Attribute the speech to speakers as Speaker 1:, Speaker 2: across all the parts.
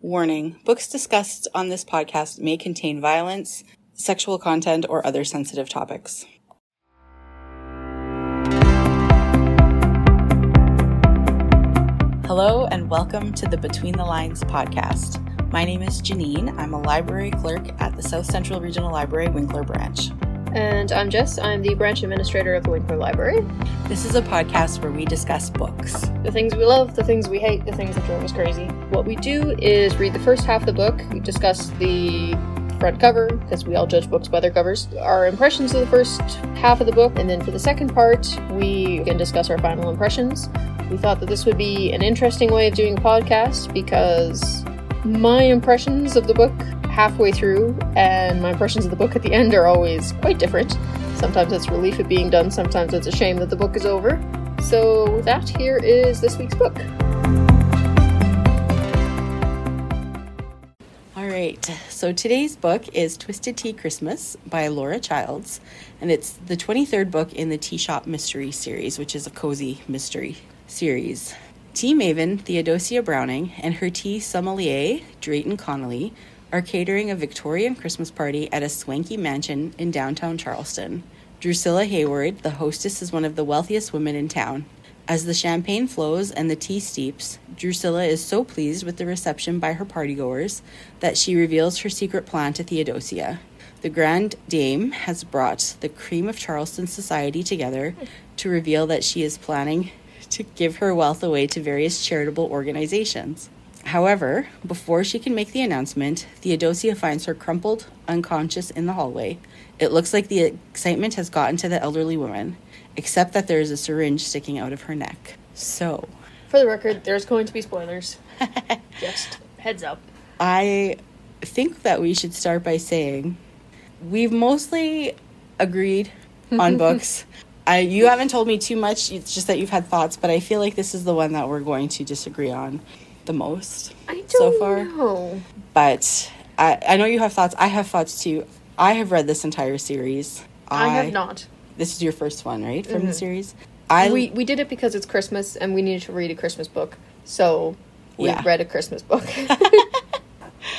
Speaker 1: Warning Books discussed on this podcast may contain violence, sexual content, or other sensitive topics. Hello, and welcome to the Between the Lines podcast. My name is Janine. I'm a library clerk at the South Central Regional Library Winkler Branch.
Speaker 2: And I'm Jess. I'm the branch administrator of the Winkler Library.
Speaker 1: This is a podcast where we discuss books.
Speaker 2: The things we love, the things we hate, the things that drive us crazy. What we do is read the first half of the book, we discuss the front cover, because we all judge books by their covers, our impressions of the first half of the book, and then for the second part, we can discuss our final impressions. We thought that this would be an interesting way of doing a podcast because my impressions of the book halfway through and my impressions of the book at the end are always quite different. Sometimes it's relief at being done, sometimes it's a shame that the book is over. So, with that, here is this week's book.
Speaker 1: All right, so today's book is Twisted Tea Christmas by Laura Childs, and it's the 23rd book in the Tea Shop Mystery series, which is a cozy mystery series. Tea maven Theodosia Browning and her tea sommelier, Drayton Connolly, are catering a Victorian Christmas party at a swanky mansion in downtown Charleston. Drusilla Hayward, the hostess, is one of the wealthiest women in town. As the champagne flows and the tea steeps, Drusilla is so pleased with the reception by her partygoers that she reveals her secret plan to Theodosia. The Grand Dame has brought the cream of Charleston society together to reveal that she is planning to give her wealth away to various charitable organizations. However, before she can make the announcement, Theodosia finds her crumpled, unconscious in the hallway. It looks like the excitement has gotten to the elderly woman, except that there is a syringe sticking out of her neck. So,
Speaker 2: For the record, there's going to be spoilers. Just heads up.
Speaker 1: I think that we should start by saying we've mostly agreed on books. I, you haven't told me too much, it's just that you've had thoughts, but I feel like this is the one that we're going to disagree on the most
Speaker 2: I don't
Speaker 1: so far.
Speaker 2: know.
Speaker 1: But I, I know you have thoughts. I have thoughts too. I have read this entire series.
Speaker 2: I, have not. Mm-hmm.
Speaker 1: This is your first one, right, from the series? I
Speaker 2: we, we did it because it's Christmas and we needed to read a Christmas book. So we
Speaker 1: Yeah.
Speaker 2: read a Christmas book.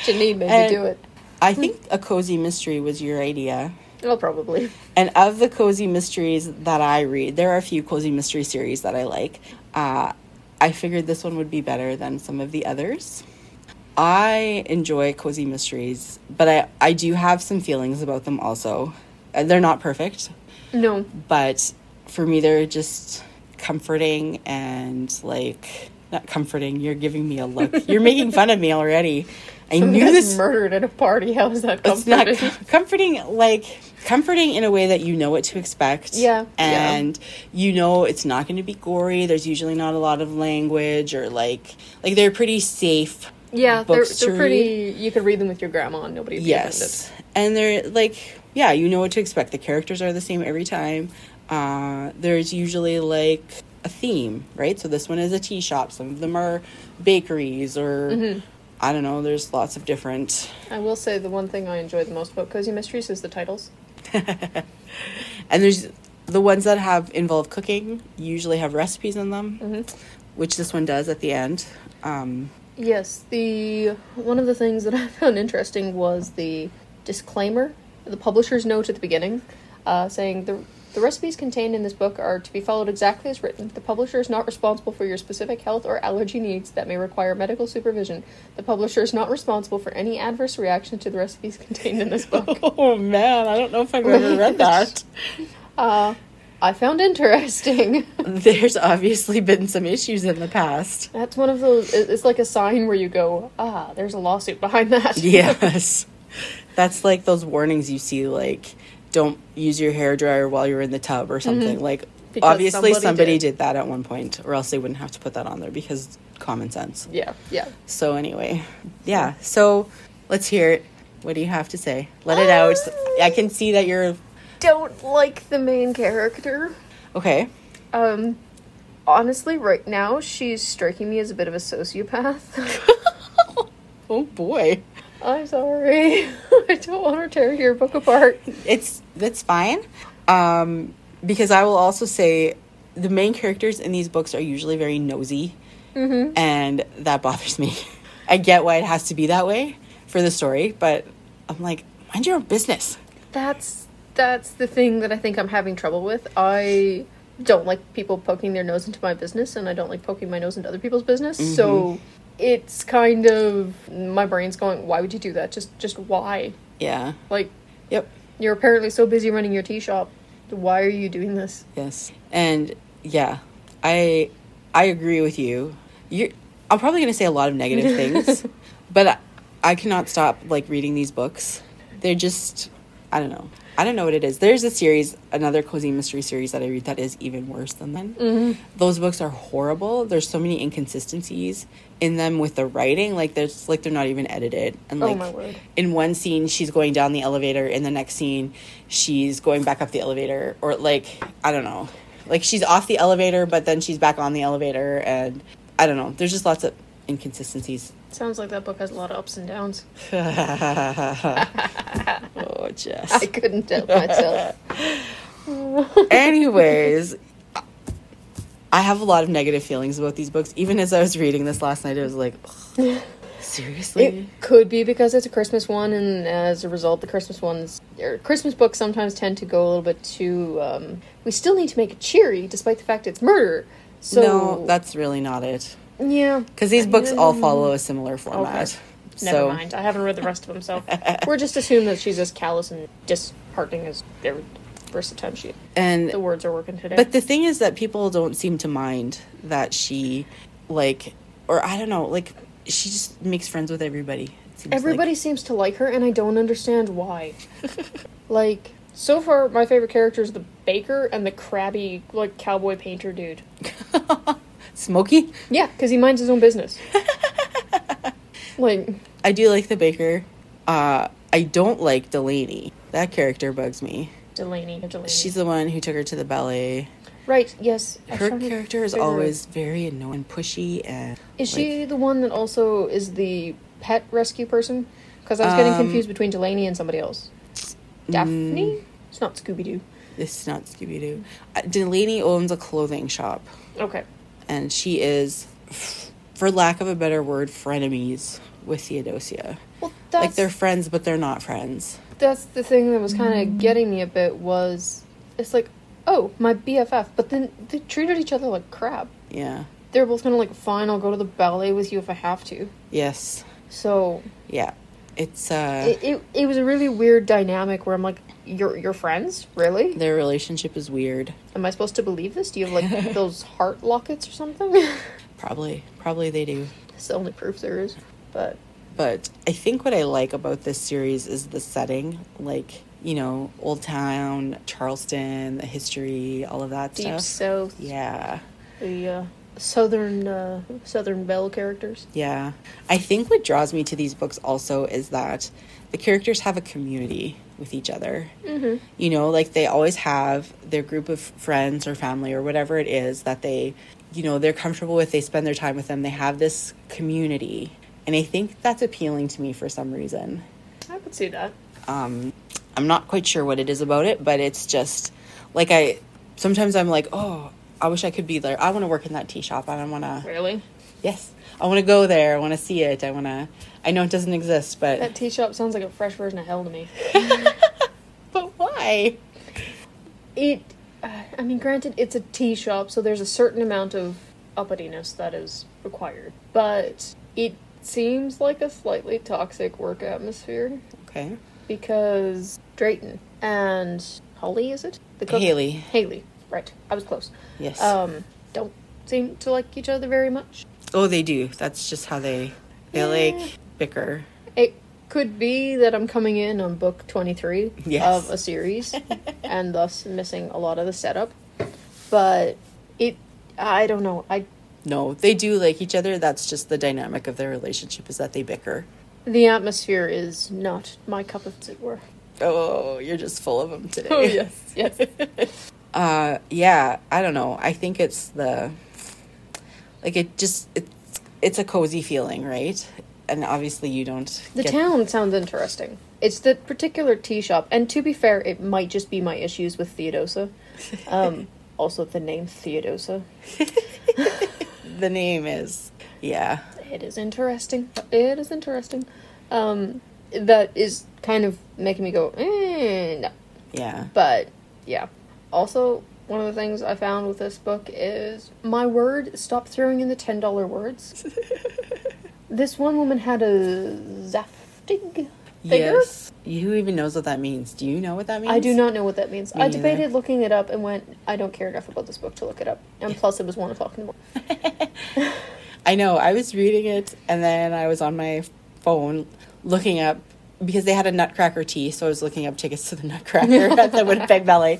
Speaker 2: Janine made
Speaker 1: And-
Speaker 2: me do it.
Speaker 1: I think a cozy mystery was your idea.
Speaker 2: Well, probably.
Speaker 1: And of the cozy mysteries that I read, there are a few cozy mystery series that I like. Uh, I figured this one would be better than some of the others. I enjoy cozy mysteries, but I, I do have some feelings about them also. Uh, They're not perfect,
Speaker 2: No.
Speaker 1: but for me they're just comforting and like not comforting you're giving me a look you're making fun of me already i
Speaker 2: Someone
Speaker 1: knew
Speaker 2: got
Speaker 1: this
Speaker 2: murdered at a party. How is that
Speaker 1: it's not
Speaker 2: comforting?
Speaker 1: com- comforting like comforting in a way that you know what to expect
Speaker 2: Yeah, yeah.
Speaker 1: and you know it's not going to be gory there's usually not a lot of language or like like they're pretty safe
Speaker 2: yeah, they're,
Speaker 1: books to
Speaker 2: they're pretty. You could read them with your grandma and nobody'd be
Speaker 1: Yes. And they're like, yeah, you know what to expect. The characters are the same every time. Uh, there's usually like a theme, right? So this one is a tea shop. Some of them are bakeries or I don't know. There's lots of different.
Speaker 2: offended. I will say the one thing I enjoy the most about Cozy Mysteries is the titles.
Speaker 1: And there's the ones that have involve cooking usually have recipes in them, which this one does at the end. Um,
Speaker 2: Yes, the one of the things that I found interesting was the disclaimer, the publisher's note at the beginning, uh, saying the the recipes contained in this book are to be followed exactly as written. The publisher is not responsible for your specific health or allergy needs that may require medical supervision. The publisher is not responsible for any adverse reaction to the recipes contained in this book.
Speaker 1: oh man, I don't know if I've ever read that.
Speaker 2: Uh, I found interesting.
Speaker 1: There's obviously been some issues in the past.
Speaker 2: That's one of those. it- It's like a sign where you go, ah, there's a lawsuit behind that.
Speaker 1: Yes. That's like those warnings you see like don't use your hair dryer while you're in the tub or something. Like
Speaker 2: Because
Speaker 1: obviously somebody,
Speaker 2: somebody
Speaker 1: did.
Speaker 2: did.
Speaker 1: that at one point or else they wouldn't have to put that on there because common sense.
Speaker 2: yeah, yeah.
Speaker 1: So anyway, yeah. So let's hear it. What do you have to say? Let it out. I can see that you're
Speaker 2: Don't like the main character.
Speaker 1: okay.
Speaker 2: Um, honestly, right now she's striking me as a bit of a sociopath.
Speaker 1: Oh boy.
Speaker 2: I'm sorry. I don't want her to tear your book apart.
Speaker 1: It's that's fine. Um because I will also say the main characters in these books are usually very nosy
Speaker 2: Mm-hmm.
Speaker 1: and that bothers me. I get why it has to be that way for the story, but I'm like, mind your own business.
Speaker 2: That's that's the thing that I think I'm having trouble with. I don't like people poking their nose into my business and I don't like poking my nose into other people's business. So it's kind of my brain's going, why would you do that? Just just why?
Speaker 1: Yeah.
Speaker 2: Like
Speaker 1: Yep.
Speaker 2: you're apparently so busy running your tea shop. Why are you doing this?
Speaker 1: Yes. And yeah, I I agree with you. You I'm probably going to say a lot of negative things, but I, I cannot stop like reading these books. They're just I don't know. I don't know what it is. There's a series, another cozy mystery series that I read that is even worse than them.
Speaker 2: Mm-hmm.
Speaker 1: Those books are horrible. There's so many inconsistencies in them with the writing. Like there's like they're not even edited. And
Speaker 2: Oh,
Speaker 1: like
Speaker 2: my word.
Speaker 1: in one scene she's going down the elevator in the next scene she's going back up the elevator or like i don't know like she's off the elevator but then she's back on the elevator and i don't know there's just lots of inconsistencies
Speaker 2: Sounds like that book has a lot of ups and downs.
Speaker 1: oh
Speaker 2: I
Speaker 1: jess
Speaker 2: couldn't help myself.
Speaker 1: anyways i have a lot of negative feelings about these books even as i was reading this last night it was like ugh, seriously
Speaker 2: It could be because it's a Christmas one, and as a result, the Christmas ones or Christmas books sometimes tend to go a little bit too. Um, we still need to make it cheery, despite the fact it's murder. So
Speaker 1: no that's really not it
Speaker 2: yeah.
Speaker 1: because these books all follow a similar format
Speaker 2: Never
Speaker 1: so
Speaker 2: mind. I haven't read the rest of them, so we're just assuming that she's as callous and disheartening as every rest of the time she.
Speaker 1: and
Speaker 2: The words are working today.
Speaker 1: But the thing is that people don't seem to mind that she, like, or I don't know, like, she just makes friends with everybody. it seems like.
Speaker 2: Everybody seems to like her, and I don't understand why. like, so far, my favorite character is the baker and the crabby, like, cowboy painter dude.
Speaker 1: Smokey?
Speaker 2: Yeah, because he minds his own business. like,
Speaker 1: I do like the baker. Uh, I don't like Delaney. That character bugs me.
Speaker 2: Delaney. Delaney.
Speaker 1: She's the one who took her to the ballet.
Speaker 2: right. Yes. I was
Speaker 1: Her
Speaker 2: trying to
Speaker 1: character is
Speaker 2: figure out-
Speaker 1: always very annoying, pushy, and
Speaker 2: Is she the one that also is the pet rescue person? Because I was getting
Speaker 1: Um,
Speaker 2: confused between Delaney and somebody else. Daphne.
Speaker 1: mm.
Speaker 2: It's not Scooby Doo.
Speaker 1: this is not Scooby Doo. Uh, Delaney owns a clothing shop,
Speaker 2: Okay.
Speaker 1: and she is, for lack of a better word, frenemies with Theodosia.
Speaker 2: Well, that's
Speaker 1: like they're friends but they're not friends
Speaker 2: that's the thing that was kind of getting me a bit was it's like oh my bff but then they treated each other like crap
Speaker 1: yeah
Speaker 2: they were both kind of like fine i'll go to the ballet with you if i have to
Speaker 1: yes
Speaker 2: so
Speaker 1: yeah it's uh
Speaker 2: it, it, it was a really weird dynamic where i'm like you're, you're friends really
Speaker 1: their relationship is weird
Speaker 2: am i supposed to believe this do you have like those heart lockets or something
Speaker 1: probably probably they do
Speaker 2: it's the only proof there is but
Speaker 1: but i think what i like about this series is the setting like you know old town charleston the history all of that
Speaker 2: deep
Speaker 1: stuff
Speaker 2: south
Speaker 1: yeah
Speaker 2: the uh, southern uh, southern belle characters
Speaker 1: yeah i think what draws me to these books also is that the characters have a community with each other
Speaker 2: mm-hmm.
Speaker 1: you know like they always have their group of friends or family or whatever it is that they you know they're comfortable with they spend their time with them they have this community and i think that's appealing to me for some reason
Speaker 2: i could see that
Speaker 1: um, i'm not quite sure what it is about it but it's just like i sometimes i'm like oh i wish i could be there i want to work in that tea shop and i want to
Speaker 2: really
Speaker 1: yes i want to go there i want to see it i want to i know it doesn't exist
Speaker 2: That
Speaker 1: but
Speaker 2: tea shop sounds like a fresh version of hell to me.
Speaker 1: but why
Speaker 2: It, uh, I mean, granted, it's a tea shop, so there's a certain amount of uppityness that is required, but it seems like a slightly toxic work atmosphere
Speaker 1: okay
Speaker 2: because Drayton and Holly, is it? The
Speaker 1: Haley.
Speaker 2: Haley, right. I was close.
Speaker 1: yes
Speaker 2: Um, don't seem to like each other very much.
Speaker 1: Oh, they do. That's just how they they
Speaker 2: Yeah.
Speaker 1: like bicker.
Speaker 2: It could be that I'm coming in on book 23
Speaker 1: Yes.
Speaker 2: of a series and thus missing a lot of the setup. But it, I don't know. I
Speaker 1: No, they do like each other. That's just the dynamic of their relationship is that they bicker.
Speaker 2: the atmosphere is not my cup of, as it were.
Speaker 1: Oh, you're just full of them
Speaker 2: Oh,
Speaker 1: today.
Speaker 2: yes.
Speaker 1: Uh, yeah. I don't know. I think it's the like it just it's it's a cozy feeling, right? And obviously, you don't.
Speaker 2: the
Speaker 1: get-
Speaker 2: town sounds interesting. It's the particular tea shop, and to be fair, it might just be my issues with Theodosa. Um, also, the name Theodosa.
Speaker 1: The name is yeah.
Speaker 2: It is interesting. It is interesting. Um, that is kind of making me go, mm, no.
Speaker 1: Yeah.
Speaker 2: But yeah. Also, one of the things I found with this book is my word, stop throwing in the $10 words. this one woman had a Zaftig figure.
Speaker 1: Yes. Who even knows what that means? Do you know what that means?
Speaker 2: I do not know what that means.
Speaker 1: Me
Speaker 2: I
Speaker 1: neither.
Speaker 2: debated looking it up and went, I don't care enough about this book to look it up. And plus, it was one o'clock in the morning.
Speaker 1: I know. I was reading it and then I was on my phone looking up because they had a Nutcracker tea, so I was looking up tickets to the Nutcracker at the Winnipeg Ballet.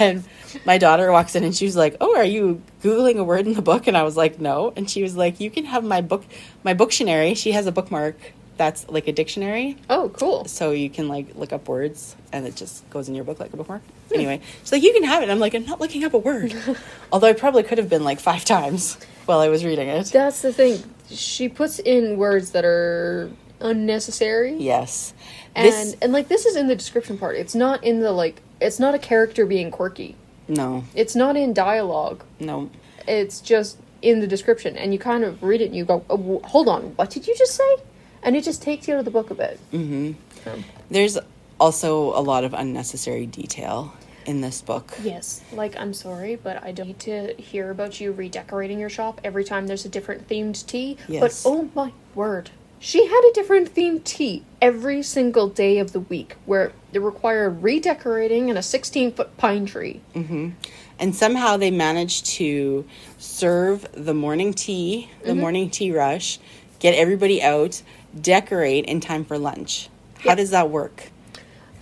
Speaker 1: And my daughter walks in and she was like, "Oh, are you googling a word in the book?" And I was like, "No." And she was like, "You can have my book, my Booktionary." She has a bookmark that's like a dictionary,
Speaker 2: Oh, cool.
Speaker 1: so you can like look up words and it just goes in your book like a bookmark. Anyway, she's like, "You can have it." And I'm like, "I'm not looking up a word," although I probably could have been like five times while I was reading it.
Speaker 2: That's the thing. She puts in words that are unnecessary.
Speaker 1: Yes.
Speaker 2: And
Speaker 1: This
Speaker 2: and like this is in the description part. It's not in the like it's not a character being quirky.
Speaker 1: no,
Speaker 2: It's not in dialogue.
Speaker 1: no.
Speaker 2: It's just in the description and you kind of read it and you go, oh, w- "Hold on, what did you just say?" And it just takes you out of the book a bit.
Speaker 1: Mm-hmm. There's also a lot of unnecessary detail in this book.
Speaker 2: Yes. Like I'm sorry, but I don't need to hear about you redecorating your shop every time there's a different themed tea.
Speaker 1: Yes.
Speaker 2: But oh my word. She had a different themed tea every single day of the week where it required redecorating and a 16 foot pine tree.
Speaker 1: And somehow they managed to serve the morning tea, the
Speaker 2: Mm-hmm.
Speaker 1: morning tea rush, get everybody out, decorate in time for lunch. How
Speaker 2: Yeah.
Speaker 1: does that work?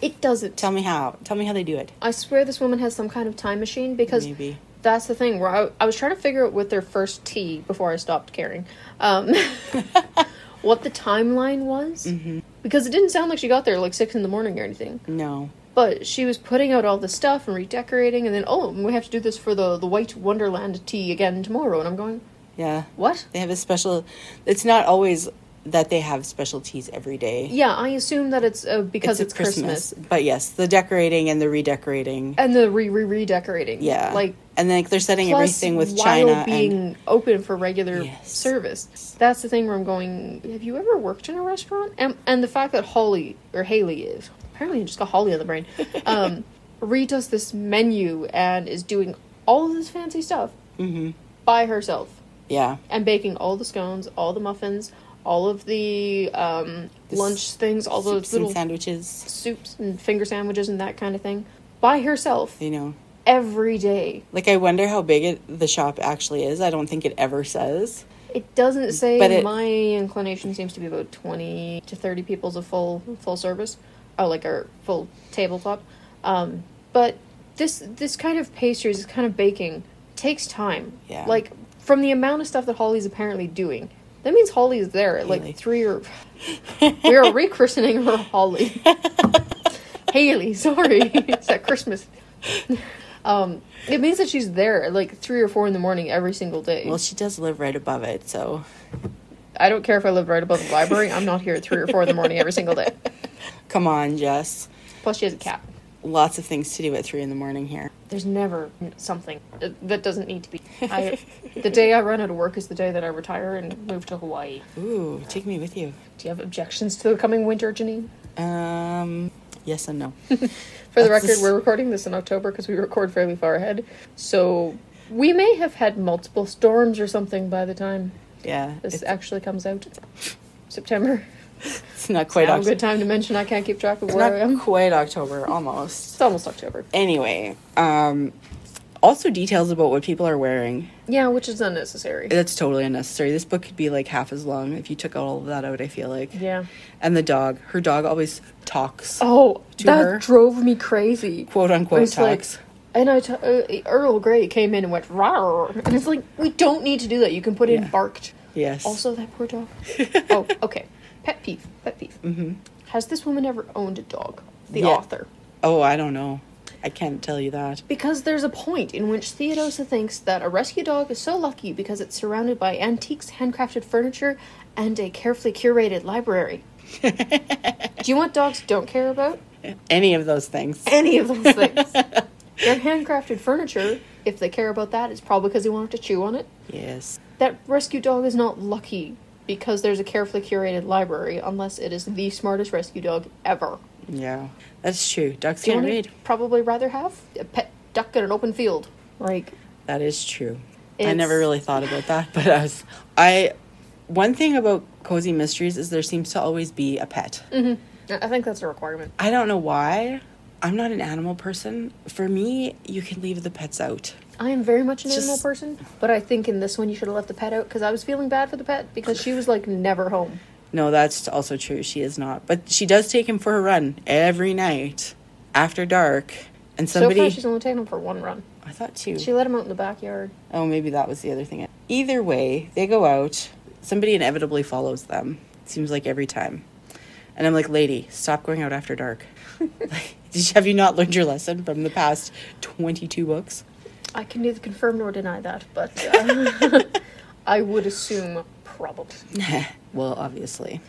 Speaker 2: It doesn't
Speaker 1: Tell me how. Tell me how they do it.
Speaker 2: I swear this woman has some kind of time machine because
Speaker 1: Maybe.
Speaker 2: that's the thing where I, I was trying to figure out with their first tea before I stopped caring um, what the timeline was because it didn't sound like she got there like six in the morning or anything.
Speaker 1: No.
Speaker 2: But she was putting out all the stuff and redecorating, and then oh, we have to do this for the the White Wonderland tea again tomorrow. And I'm going,
Speaker 1: Yeah.
Speaker 2: what?
Speaker 1: They have a special it's not always that they have specialties every day.
Speaker 2: Yeah, I assume that it's uh, because it's,
Speaker 1: at
Speaker 2: Christmas.
Speaker 1: But yes, the decorating and the redecorating.
Speaker 2: and the re re redecorating.
Speaker 1: Yeah.
Speaker 2: like
Speaker 1: and then like, they're setting
Speaker 2: plus
Speaker 1: everything with
Speaker 2: while
Speaker 1: China
Speaker 2: being
Speaker 1: and
Speaker 2: open for regular
Speaker 1: Yes.
Speaker 2: service. That's the thing where I'm going. Have you ever worked in a restaurant? And and the fact that Holly or Haley is apparently I just got Holly on the brain. Um, redoes this menu and is doing all of this fancy stuff
Speaker 1: Mm-hmm.
Speaker 2: by herself
Speaker 1: yeah,
Speaker 2: and baking all the scones, all the muffins, all of the um,
Speaker 1: The
Speaker 2: lunch things, all those
Speaker 1: soups and
Speaker 2: little
Speaker 1: sandwiches,
Speaker 2: soups and finger sandwiches and that kind of thing by herself
Speaker 1: you know.
Speaker 2: every day.
Speaker 1: Like I wonder how big it, the shop actually is. I don't think it ever says.
Speaker 2: It doesn't say.
Speaker 1: But it-
Speaker 2: my inclination seems to be about twenty to thirty people's a full full service, oh, like our full tabletop. Um, but this this kind of pastries, this kind of baking, takes time.
Speaker 1: Yeah.
Speaker 2: Like from the amount of stuff that Holly's apparently doing, that means Holly's there at
Speaker 1: Haley.
Speaker 2: like three or. we are rechristening her Holly. Haley, sorry, it's at Christmas. um, it means that she's there at like three or four in the morning every single day.
Speaker 1: Well, she does live right above it, so
Speaker 2: I don't care if I live right above the library. I'm not here at three or four in the morning every single day.
Speaker 1: come on, Jess.
Speaker 2: Plus, she has a cat.
Speaker 1: Lots of things to do at three in the morning here.
Speaker 2: There's never something uh, that doesn't need to be. I, the day I run out of work is the day that I retire and move to Hawaii.
Speaker 1: Ooh, take me with you.
Speaker 2: Do you have objections to the coming winter, Janine?
Speaker 1: Um, yes and no.
Speaker 2: For the
Speaker 1: That's
Speaker 2: record,
Speaker 1: just-
Speaker 2: we're recording this in October because we record fairly far ahead. So we may have had multiple storms or something by the time
Speaker 1: Yeah,
Speaker 2: this
Speaker 1: it's,
Speaker 2: actually comes out. September.
Speaker 1: it's not quite
Speaker 2: Now a
Speaker 1: October.
Speaker 2: good time to mention I can't keep track of
Speaker 1: It's
Speaker 2: where I
Speaker 1: not
Speaker 2: am.
Speaker 1: quite October, almost.
Speaker 2: It's almost October.
Speaker 1: Anyway, um, also details about what people are wearing.
Speaker 2: Yeah, which is unnecessary.
Speaker 1: That's totally unnecessary. This book could be like half as long if you took all of that out, I feel like.
Speaker 2: Yeah.
Speaker 1: And the dog. Her dog always talks.
Speaker 2: Oh,
Speaker 1: to
Speaker 2: that
Speaker 1: her.
Speaker 2: drove me crazy.
Speaker 1: Quote unquote
Speaker 2: It's like-
Speaker 1: talks.
Speaker 2: and I, t- uh, Earl Grey came in and went rawr, and it's like we don't need to do that. You can put in
Speaker 1: Yeah.
Speaker 2: barked.
Speaker 1: Yes.
Speaker 2: Also, that poor dog. oh, okay. Pet peeve. Pet peeve. Mm-hmm. Has this woman ever owned a dog? The
Speaker 1: Yeah.
Speaker 2: author,
Speaker 1: Oh, I don't know. I can't tell you that.
Speaker 2: because there's a point in which Theodosa thinks that a rescue dog is so lucky because it's surrounded by antiques, handcrafted furniture, and a carefully curated library. do you want dogs don't care about?
Speaker 1: Any of those things.
Speaker 2: any of those things. Their handcrafted furniture, if they care about that, is probably because they wanted to chew on it.
Speaker 1: Yes.
Speaker 2: That rescue dog is not lucky because there's a carefully curated library, unless it is the smartest rescue dog ever.
Speaker 1: Yeah, that's true. Ducks
Speaker 2: Do you
Speaker 1: can
Speaker 2: know what I'd
Speaker 1: read.
Speaker 2: Probably rather have a pet duck in an open field. Like
Speaker 1: That is true. I
Speaker 2: It's-
Speaker 1: never really thought about that, but I was I. One thing about cozy mysteries is there seems to always be a pet.
Speaker 2: Mm-hmm. I I think that's a requirement.
Speaker 1: I don't know why. I'm not an animal person. For me, you can leave the pets out.
Speaker 2: I am very much an
Speaker 1: Just-
Speaker 2: animal person, but I think in this one you should have left the pet out because I was feeling bad for the pet because she was like never home.
Speaker 1: No, that's also true. She is not, but she does take him for a run every night after dark. And
Speaker 2: So
Speaker 1: somebody,
Speaker 2: far, she's only taken him for one run.
Speaker 1: I thought too.
Speaker 2: She let him out in the backyard.
Speaker 1: Oh, maybe that was the other thing. Either way, they go out. Somebody inevitably follows them. Seems like every time. And I'm like, lady, stop going out after dark. like, did you, have you not learned your lesson from the past 22 books?
Speaker 2: I can neither confirm nor deny that, but uh, I would assume probably.
Speaker 1: well, obviously.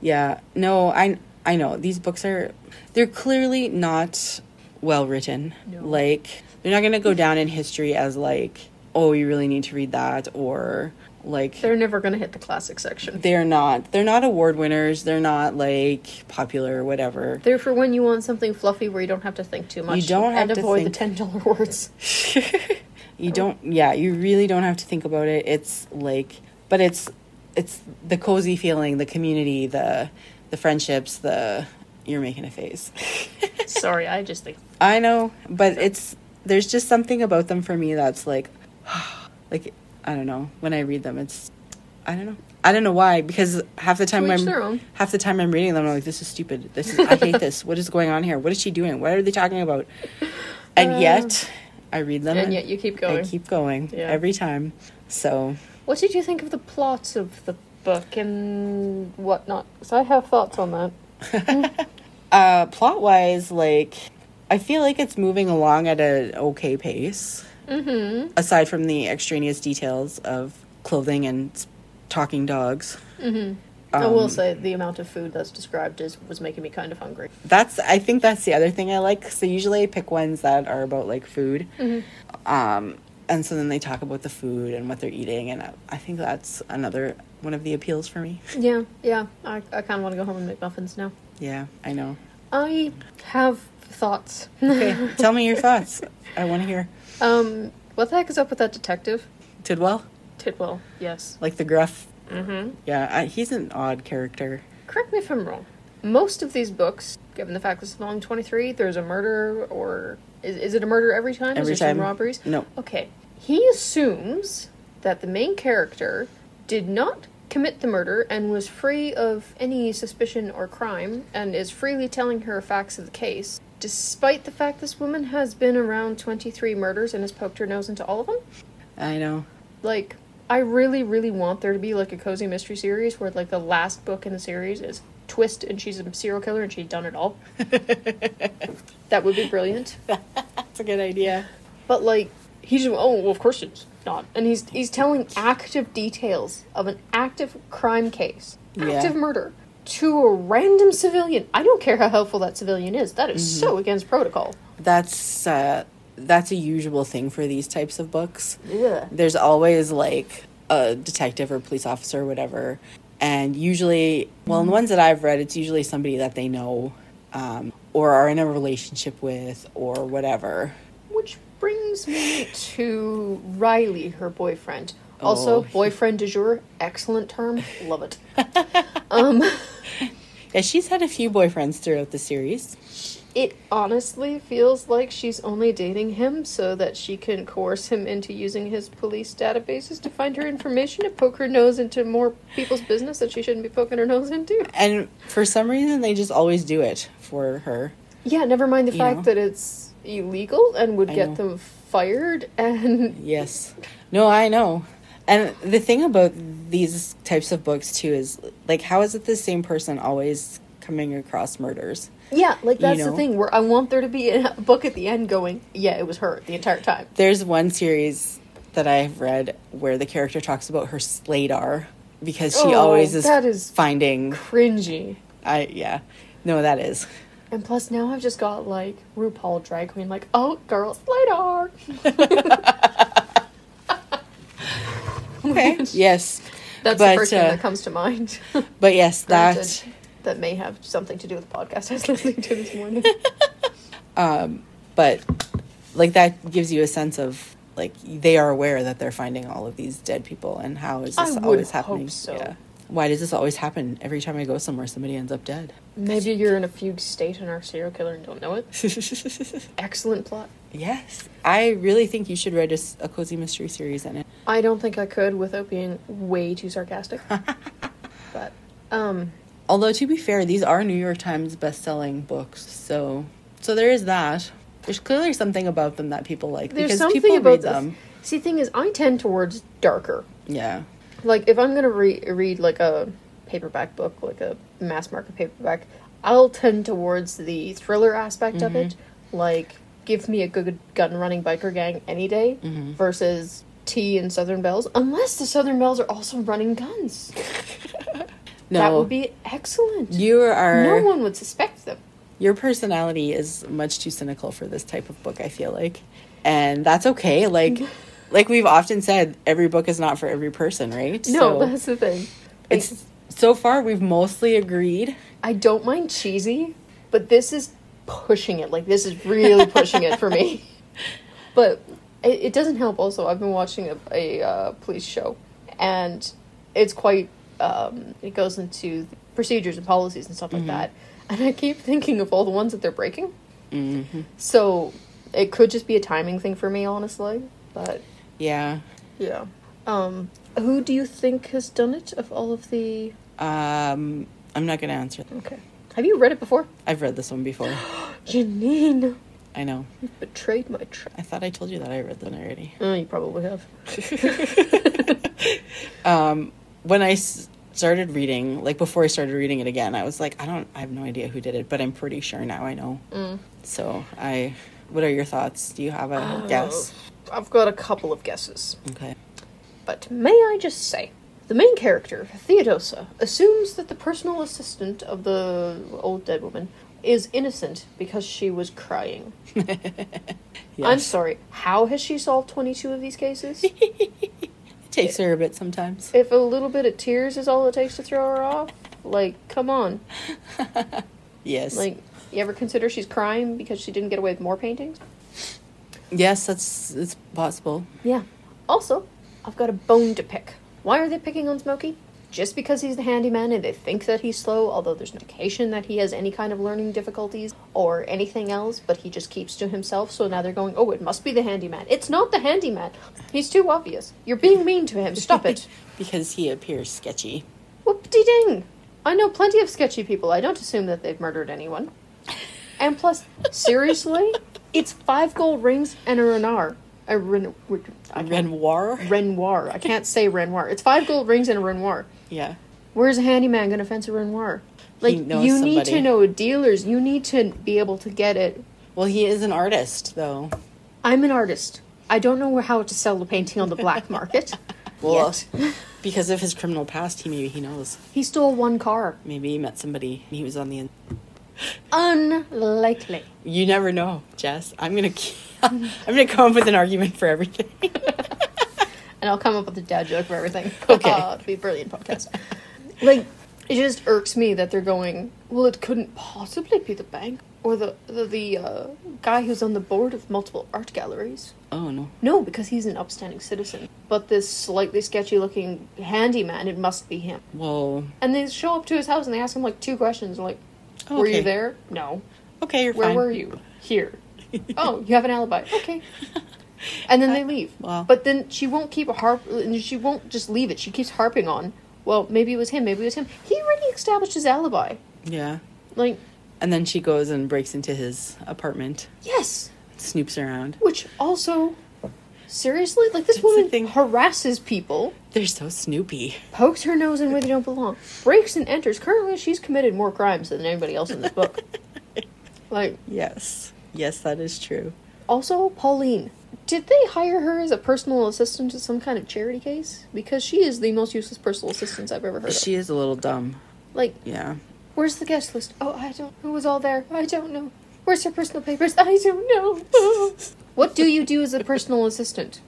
Speaker 1: Yeah. No, I I know these books are they're clearly not well written.
Speaker 2: No.
Speaker 1: Like they're not going to go down in history as like, oh, you really need to read that or like
Speaker 2: They're never going to hit the classic section.
Speaker 1: they're not they're not award winners they're not like popular or whatever
Speaker 2: They're for when you want something fluffy where you don't have to think too much.
Speaker 1: You don't have
Speaker 2: and
Speaker 1: to
Speaker 2: avoid
Speaker 1: think.
Speaker 2: the ten dollar words.
Speaker 1: you don't yeah you really don't have to think about it it's like but it's it's the cozy feeling the community the the friendships the you're making a face
Speaker 2: Sorry, I just think
Speaker 1: i know but it's there's just something about them for me that's like like i don't know when i read them it's i don't know i don't know why because half the time
Speaker 2: To each
Speaker 1: i'm
Speaker 2: their own.
Speaker 1: half the time i'm reading them i'm like this is stupid this is i hate this what is going on here what is she doing what are they talking about and
Speaker 2: Uh,
Speaker 1: yet i read them
Speaker 2: and yet you keep
Speaker 1: I
Speaker 2: going.
Speaker 1: keep going
Speaker 2: Yeah.
Speaker 1: every time. So
Speaker 2: What did you think of the plot of the book and whatnot? Because I have thoughts on that.
Speaker 1: uh, plot wise, like I feel like it's moving along at an okay pace. Mm-hmm. Aside from the extraneous details of clothing and s- talking dogs,
Speaker 2: I will
Speaker 1: Um,
Speaker 2: say the amount of food that's described is was making me kind of hungry.
Speaker 1: that's I think that's the other thing I like. So usually I pick ones that are about like food, um, and so then they talk about the food and what they're eating, and I, I think that's another one of the appeals for me.
Speaker 2: Yeah, yeah. I, I kind of want to go home and make muffins now.
Speaker 1: Yeah, I know.
Speaker 2: I have thoughts.
Speaker 1: Okay, tell me your thoughts. I want to hear.
Speaker 2: um, what the heck is up with that detective?
Speaker 1: Did well.
Speaker 2: Tidwell, yes.
Speaker 1: like the gruff.
Speaker 2: Mm-hmm.
Speaker 1: Yeah, I, he's an odd character.
Speaker 2: Correct me if I'm wrong. Most of these books, given the fact this is volume 23, there's a murder or. Is, is it a murder every time?
Speaker 1: Every
Speaker 2: is there
Speaker 1: time.
Speaker 2: some robberies?
Speaker 1: No.
Speaker 2: Okay. He assumes that the main character did not commit the murder and was free of any suspicion or crime and is freely telling her facts of the case, despite the fact this woman has been around 23 murders and has poked her nose into all of them.
Speaker 1: I know.
Speaker 2: Like, I really, really want there to be like a cozy mystery series where like the last book in the series is Twist and she's a serial killer and she's done it all. that would be brilliant.
Speaker 1: That's a good idea.
Speaker 2: But like he's oh well, of course it's not, and he's he's telling active details of an active crime case,
Speaker 1: Yeah.
Speaker 2: active murder to a random civilian. I don't care how helpful that civilian is. That is so against protocol.
Speaker 1: That's uh, that's a usual thing for these types of books.
Speaker 2: Yeah.
Speaker 1: There's always like a detective or police officer or whatever, and usually, well, in the ones that I've read, it's usually somebody that they know, um, or are in a relationship with, or whatever.
Speaker 2: Which brings me to Riley, her boyfriend. Also,
Speaker 1: Oh.
Speaker 2: boyfriend du jour, excellent term. Love it.
Speaker 1: Yeah, she's had a few boyfriends throughout the series.
Speaker 2: It honestly feels like she's only dating him so that she can coerce him into using his police databases to find her information to poke her nose into more people's business that she shouldn't be poking her nose into.
Speaker 1: And for some reason, they just always do it for her.
Speaker 2: Yeah, never mind the
Speaker 1: You
Speaker 2: fact
Speaker 1: know.
Speaker 2: that it's illegal and would
Speaker 1: I
Speaker 2: get
Speaker 1: know.
Speaker 2: them fired and
Speaker 1: Yes. No, I know. And the thing about these types of books too is like how is it the same person always coming across murders?
Speaker 2: yeah, like
Speaker 1: You
Speaker 2: that's
Speaker 1: know.
Speaker 2: the thing where I want there to be a book at the end going, yeah, it was her the entire time.
Speaker 1: There's one series that I've read where the character talks about her sladar because she
Speaker 2: Oh,
Speaker 1: always is,
Speaker 2: that is-
Speaker 1: finding
Speaker 2: Cringy.
Speaker 1: I yeah. No, that is.
Speaker 2: And plus, now I've just got like RuPaul drag queen, like, oh, girl, Slater. Oh
Speaker 1: Okay. yes. But,
Speaker 2: That's the first thing
Speaker 1: uh,
Speaker 2: that comes to mind.
Speaker 1: But yes, that
Speaker 2: Granted, that may have something to do with the podcast I was listening to this morning.
Speaker 1: but like that gives you a sense of like they are aware that they're finding all of these dead people and how is
Speaker 2: I
Speaker 1: this
Speaker 2: would
Speaker 1: always
Speaker 2: hope
Speaker 1: happening?
Speaker 2: so.
Speaker 1: Why does this always happen? Every time I go somewhere somebody ends up dead.
Speaker 2: Maybe you're in a fugue state and are a serial killer and don't know it. Excellent plot.
Speaker 1: yes. I really think you should write a, s- a cozy mystery series in it.
Speaker 2: I don't think I could without being way too sarcastic. but um
Speaker 1: Although to be fair, these are New York Times best-selling books, so so there is that. There's clearly something about them that people like
Speaker 2: there's
Speaker 1: because
Speaker 2: something
Speaker 1: people
Speaker 2: about
Speaker 1: read
Speaker 2: this-
Speaker 1: them.
Speaker 2: See thing is I tend towards darker.
Speaker 1: Yeah.
Speaker 2: Like if I'm gonna re- read like a paperback book, like a mass market paperback, I'll tend towards the thriller aspect of it.
Speaker 1: Mm-hmm.
Speaker 2: Like give me a good gun running biker gang any day
Speaker 1: Mm-hmm.
Speaker 2: versus tea and Southern Bells, unless the Southern Bells are also running guns.
Speaker 1: No.
Speaker 2: That would be excellent.
Speaker 1: you are
Speaker 2: no one would suspect them.
Speaker 1: your personality is much too cynical for this type of book i feel like and that's okay like like we've often said every book is not for every person right
Speaker 2: No,
Speaker 1: so
Speaker 2: that's the thing. Like,
Speaker 1: it's so far we've mostly agreed
Speaker 2: I don't mind cheesy, but this is pushing it. Like this is really pushing it for me. But it, it doesn't help. Also, I've been watching a, a uh, police show, and it's quite. Um, it goes into procedures and policies and stuff like that, and I keep thinking of all the ones that they're breaking. Mm-hmm. So it could just be a timing thing for me, honestly. But
Speaker 1: yeah
Speaker 2: yeah. Um, who do you think has done it of all of the?
Speaker 1: um i'm not gonna answer
Speaker 2: Okay. Have you read it before?
Speaker 1: i've read this one before
Speaker 2: Janine
Speaker 1: i know
Speaker 2: betrayed my trust.
Speaker 1: i thought i told you that i read that already
Speaker 2: Oh, you probably have.
Speaker 1: when I s- started reading, like before I started reading it again, I was like, I don't, I have no idea who did it, but I'm pretty sure now I know. So I, what are your thoughts? Do you have a guess?
Speaker 2: I've got a couple of guesses.
Speaker 1: Okay.
Speaker 2: But may I just say, the main character, Theodosa, assumes that the personal assistant of the old dead woman is innocent because she was crying. I'm
Speaker 1: Yes.
Speaker 2: sorry, how has she solved 22 of these cases?
Speaker 1: It takes her a bit sometimes.
Speaker 2: if a little bit of tears is all it takes to throw her off, like, come on.
Speaker 1: Yes.
Speaker 2: Like, you ever consider she's crying because she didn't get away with more paintings?
Speaker 1: yes, that's it's possible.
Speaker 2: Yeah. Also, I've got a bone to pick. Why are they picking on Smokey? Just because he's the handyman and they think that he's slow, although there's no indication that he has any kind of learning difficulties or anything else, but he just keeps to himself, so now they're going, oh, it must be the handyman. It's not the handyman. He's too obvious. You're being mean to him. Stop it.
Speaker 1: Because he appears sketchy.
Speaker 2: Whoop de ding! I know plenty of sketchy people. I don't assume that they've murdered anyone. And plus, seriously, it's five gold rings and a Renar. A Ren- I can't-
Speaker 1: Renoir.
Speaker 2: Renoir. I can't say Renoir. It's five gold rings and a Renoir.
Speaker 1: Yeah.
Speaker 2: Where's a handyman going to fence a Renoir? Like, you
Speaker 1: knows
Speaker 2: need
Speaker 1: somebody.
Speaker 2: to know dealers. You need to be able to get it.
Speaker 1: Well, he is an artist, though.
Speaker 2: I'm an artist. I don't know how to sell a painting on the black market.
Speaker 1: Well,
Speaker 2: yet.
Speaker 1: because of his criminal past, he maybe he knows.
Speaker 2: He stole one car.
Speaker 1: Maybe he met somebody. and He was on the. In-
Speaker 2: Unlikely.
Speaker 1: You never know, Jess. I'm gonna I'm gonna come up with an argument for everything.
Speaker 2: and I'll come up with a dad joke for everything.
Speaker 1: Okay.
Speaker 2: Uh, it'd be a brilliant podcast. like, it just irks me that they're going, well, it couldn't possibly be the bank or the, the, the uh, guy who's on the board of multiple art galleries.
Speaker 1: oh no.
Speaker 2: No, because he's an upstanding citizen. But this slightly sketchy looking handyman, it must be him.
Speaker 1: Well,
Speaker 2: And they show up to his house and they ask him like two questions like, Were
Speaker 1: Oh, Okay.
Speaker 2: you there? No.
Speaker 1: okay, you're
Speaker 2: Where
Speaker 1: fine.
Speaker 2: were you? Here. oh, you have an alibi. Okay. And then they leave.
Speaker 1: Wow.
Speaker 2: But then she won't keep a harp. and She won't just leave it. She keeps harping on. Well, maybe it was him. Maybe it was him. He already established his alibi.
Speaker 1: Yeah.
Speaker 2: Like,
Speaker 1: And then she goes and breaks into his apartment,
Speaker 2: yes.
Speaker 1: snoops around.
Speaker 2: Which also, seriously, like this
Speaker 1: That's the
Speaker 2: woman
Speaker 1: thing.
Speaker 2: harasses people,
Speaker 1: They're so snoopy.
Speaker 2: pokes her nose in where they don't belong, breaks and enters. Currently, she's committed more crimes than anybody else in this book. like,
Speaker 1: Yes. Yes, that is true.
Speaker 2: Also, Pauline. Did they hire her as a personal assistant to some kind of charity case? Because she is the most useless personal assistant I've ever heard of.
Speaker 1: She is a little dumb.
Speaker 2: like,
Speaker 1: Yeah.
Speaker 2: where's the guest list? Oh, I don't. Who was all there? I don't know. Where's her personal papers? I don't know. what do you do as a personal assistant?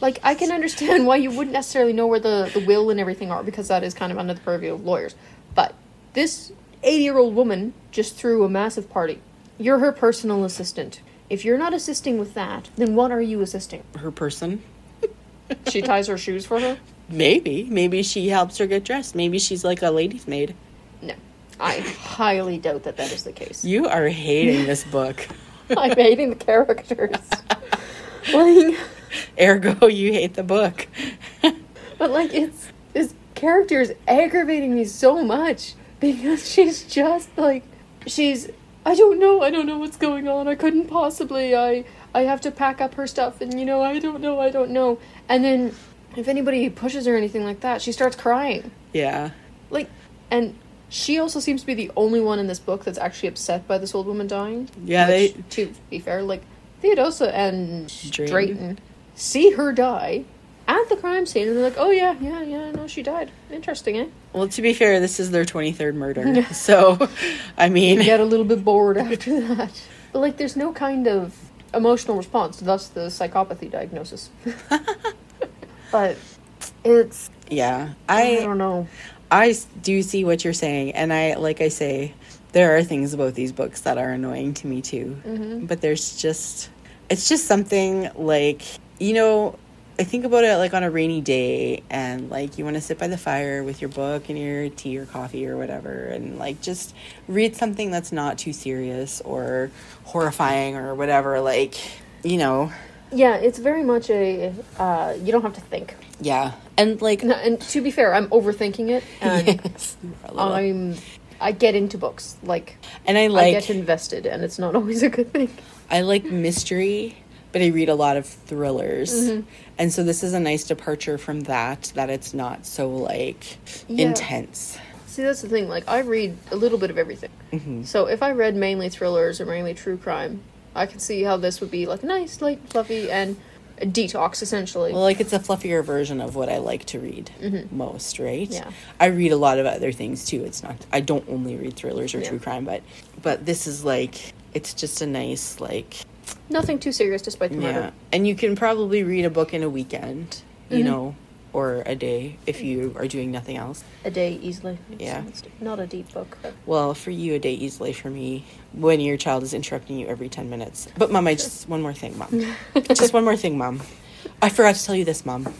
Speaker 2: Like, I can understand why you wouldn't necessarily know where the, the will and everything are because that is kind of under the purview of lawyers. But this 80 year old woman just threw a massive party. You're her personal assistant. If you're not assisting with that, then what are you assisting?
Speaker 1: Her person?
Speaker 2: She ties her shoes for her?
Speaker 1: Maybe. Maybe she helps her get dressed. Maybe she's like a lady's maid.
Speaker 2: No. I highly doubt that that is the case.
Speaker 1: You are hating this book.
Speaker 2: I'm hating the characters. like,
Speaker 1: Ergo, you hate the book.
Speaker 2: but like it's this character is aggravating me so much because she's just like she's I don't know, I don't know what's going on. I couldn't possibly. I I have to pack up her stuff and you know, I don't know, I don't know. And then if anybody pushes her or anything like that, she starts crying.
Speaker 1: yeah.
Speaker 2: Like and she also seems to be the only one in this book that's actually upset by this old woman dying.
Speaker 1: Yeah,
Speaker 2: Which,
Speaker 1: they-
Speaker 2: to be fair, like Theodosa and
Speaker 1: Drayton.
Speaker 2: Drayton see her die at the crime scene, and they're like, "Oh yeah, yeah, yeah, no, she died. Interesting, eh?"
Speaker 1: Well, to be fair, this is their 23rd murder. so, I mean,
Speaker 2: Get a little bit bored after that, but like, there's no kind of emotional response. Thus, the psychopathy diagnosis. but it's
Speaker 1: yeah.
Speaker 2: I,
Speaker 1: I
Speaker 2: don't know.
Speaker 1: I s- do see what you're saying, and I like I say, there are things about these books that are annoying to me too.
Speaker 2: Mm-hmm.
Speaker 1: But there's just it's just something like you know I think about it like on a rainy day, and like you want to sit by the fire with your book and your tea or coffee or whatever, and like just read something that's not too serious or horrifying or whatever. Like you know,
Speaker 2: Yeah, it's very much a uh, you don't have to think.
Speaker 1: yeah, and like
Speaker 2: No, and to be fair, I'm overthinking it, and
Speaker 1: yes, a little.
Speaker 2: I'm I get into books like
Speaker 1: and I
Speaker 2: I
Speaker 1: like
Speaker 2: get invested, and it's not always a good thing.
Speaker 1: I like mystery, but I read a lot of thrillers.
Speaker 2: Mm-hmm.
Speaker 1: And so this is a nice departure from that, that it's not so like
Speaker 2: Yeah.
Speaker 1: intense.
Speaker 2: See, that's the thing. Like I read a little bit of everything,
Speaker 1: Mm-hmm.
Speaker 2: so if I read mainly thrillers or mainly true crime, I could see how this would be like nice, light, fluffy, and a detox essentially.
Speaker 1: Well, like it's a fluffier version of what I like to read most, right?
Speaker 2: Mm-hmm. Yeah.
Speaker 1: I read a lot of other things too. It's not I don't only read thrillers or
Speaker 2: Yeah.
Speaker 1: true crime, but but this is like it's just a nice like
Speaker 2: Nothing too serious, despite the
Speaker 1: yeah.
Speaker 2: murder.
Speaker 1: And you can probably read a book in a weekend, you
Speaker 2: Mm-hmm.
Speaker 1: know, or a day if you are doing nothing else.
Speaker 2: A day easily.
Speaker 1: Yeah.
Speaker 2: It's not a deep book. But
Speaker 1: Well, for you, a day easily. For me, when your child is interrupting you every 10 minutes. But, Mom, I just, one more thing, Mom. just one more thing, Mom. I forgot to tell you this, Mom.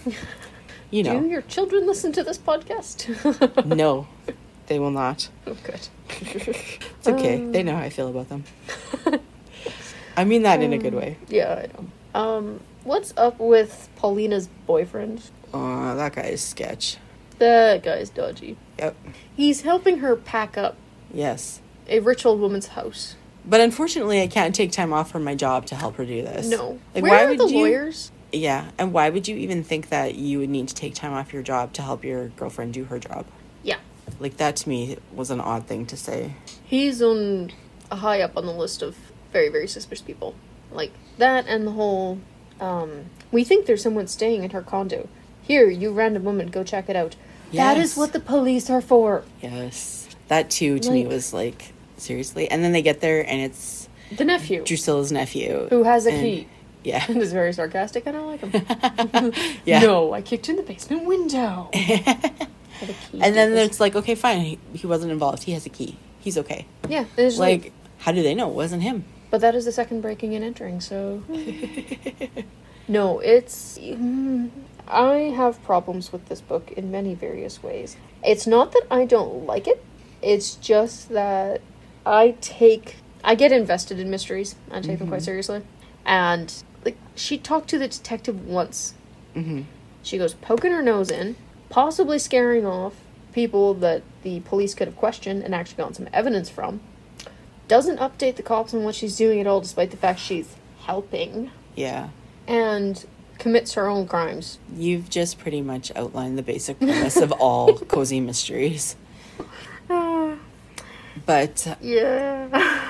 Speaker 1: You
Speaker 2: Do
Speaker 1: know,
Speaker 2: your children listen to this podcast?
Speaker 1: no, they will not.
Speaker 2: Oh, good.
Speaker 1: It's okay.
Speaker 2: Oh.
Speaker 1: they know how I feel about them. I mean that in a
Speaker 2: Oh.
Speaker 1: good way.
Speaker 2: Mm. Yeah, I know. Um, what's up with Paulina's boyfriend?
Speaker 1: Oh, that guy is sketch.
Speaker 2: That guy's dodgy.
Speaker 1: Yep.
Speaker 2: He's helping her pack up
Speaker 1: Yes.
Speaker 2: a rich old woman's house.
Speaker 1: But unfortunately, I can't take time off from my job to help her do this.
Speaker 2: No.
Speaker 1: Like,
Speaker 2: Where
Speaker 1: why
Speaker 2: are
Speaker 1: would
Speaker 2: the
Speaker 1: you?
Speaker 2: lawyers?
Speaker 1: Yeah. And why would you even think that you would need to take time off your job to help your girlfriend do her job?
Speaker 2: Yeah.
Speaker 1: Like that to me was an odd thing to say.
Speaker 2: He's on high up on the list of very, very suspicious people. Like that and the whole um we think there's someone staying in her condo. Here, you random woman, go check it out. That
Speaker 1: Yes.
Speaker 2: is what the police are for.
Speaker 1: Yes. That too to me
Speaker 2: Like-
Speaker 1: was like seriously. And then they get there and it's
Speaker 2: The nephew
Speaker 1: Drusilla's nephew.
Speaker 2: who has a
Speaker 1: and-
Speaker 2: key.
Speaker 1: Yeah.
Speaker 2: And is very sarcastic and I like him.
Speaker 1: Yeah.
Speaker 2: No, I kicked in the basement window. Had a key,
Speaker 1: And then
Speaker 2: doofus.
Speaker 1: it's like, okay, fine, he, he wasn't involved. He has a key. He's okay.
Speaker 2: Yeah, and it's just
Speaker 1: Like, how do they know it wasn't him?
Speaker 2: But that is the second breaking and entering, so.
Speaker 1: Mm-hmm.
Speaker 2: no, it's. mm, I have problems with this book in many various ways. It's not that I don't like it, it's just that I take. I get invested in mysteries, I take them quite
Speaker 1: Mm-hmm.
Speaker 2: seriously. And, like, she talked to the detective once. She goes poking her nose in, possibly scaring off people that the police could have questioned and actually gotten some evidence from doesn't update the cops on what she's doing at all, despite the fact she's helping,
Speaker 1: Yeah.
Speaker 2: and commits her own crimes.
Speaker 1: You've just pretty much outlined the basic premise of all cozy mysteries. Ah, But
Speaker 2: Yeah.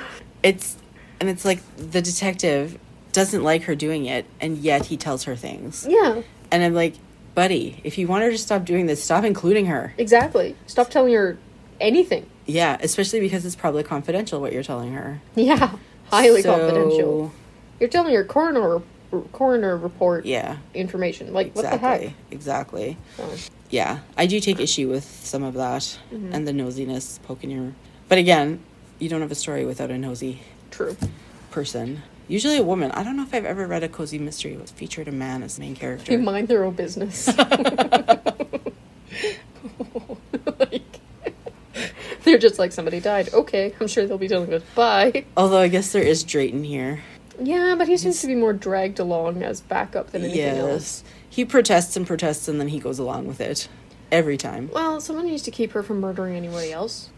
Speaker 1: it's and it's like the detective doesn't like her doing it and yet he tells her things.
Speaker 2: yeah,
Speaker 1: And I'm like, buddy, if you want her to stop doing this, stop including her.
Speaker 2: exactly. Stop telling her anything.
Speaker 1: Yeah, especially because it's probably confidential what you're telling her.
Speaker 2: Yeah, highly
Speaker 1: So-
Speaker 2: confidential. You're telling her coroner r- coroner report
Speaker 1: Yeah.
Speaker 2: information. Like
Speaker 1: Exactly.
Speaker 2: what the heck? Uh,
Speaker 1: Exactly.
Speaker 2: So,
Speaker 1: Yeah. I do take issue with some of that
Speaker 2: Mm-hmm.
Speaker 1: and the nosiness poking your. But again, you don't have a story without a nosy
Speaker 2: true.
Speaker 1: person. Usually a woman. I don't know if I've ever read a cozy mystery that featured a man as the main
Speaker 2: They
Speaker 1: character.
Speaker 2: mind their own business. like, they're just like somebody died. Okay, I'm sure they'll be dealing with. Bye.
Speaker 1: Although I guess there is Drayton here.
Speaker 2: Yeah, but he seems to be more dragged along as backup than anything else.
Speaker 1: He protests and protests and then he goes along with it every time.
Speaker 2: Well, someone needs to keep her from murdering anybody else.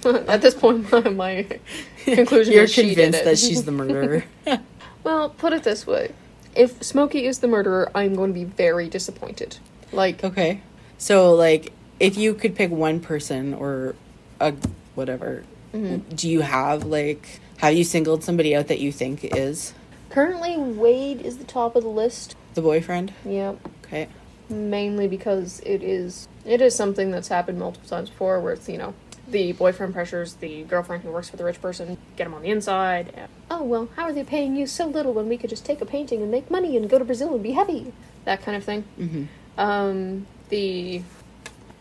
Speaker 2: So, At this point, my, my conclusion
Speaker 1: You're
Speaker 2: is she did
Speaker 1: convinced
Speaker 2: it.
Speaker 1: that she's the murderer.
Speaker 2: Well, put it this way: if Smokey is the murderer, I'm going to be very disappointed. Like,
Speaker 1: okay. So like if you could pick one person or a whatever,
Speaker 2: Mm-hmm.
Speaker 1: do you have like have you singled somebody out that you think is
Speaker 2: currently, Wade is the top of the list.
Speaker 1: the boyfriend?
Speaker 2: Yep.
Speaker 1: Okay.
Speaker 2: mainly because it is it is something that's happened multiple times before where it's you know the boyfriend pressures the girlfriend who works for the rich person get him on the inside and, oh well how are they paying you so little when we could just take a painting and make money and go to brazil and be happy that kind of thing
Speaker 1: Mm-hmm.
Speaker 2: um the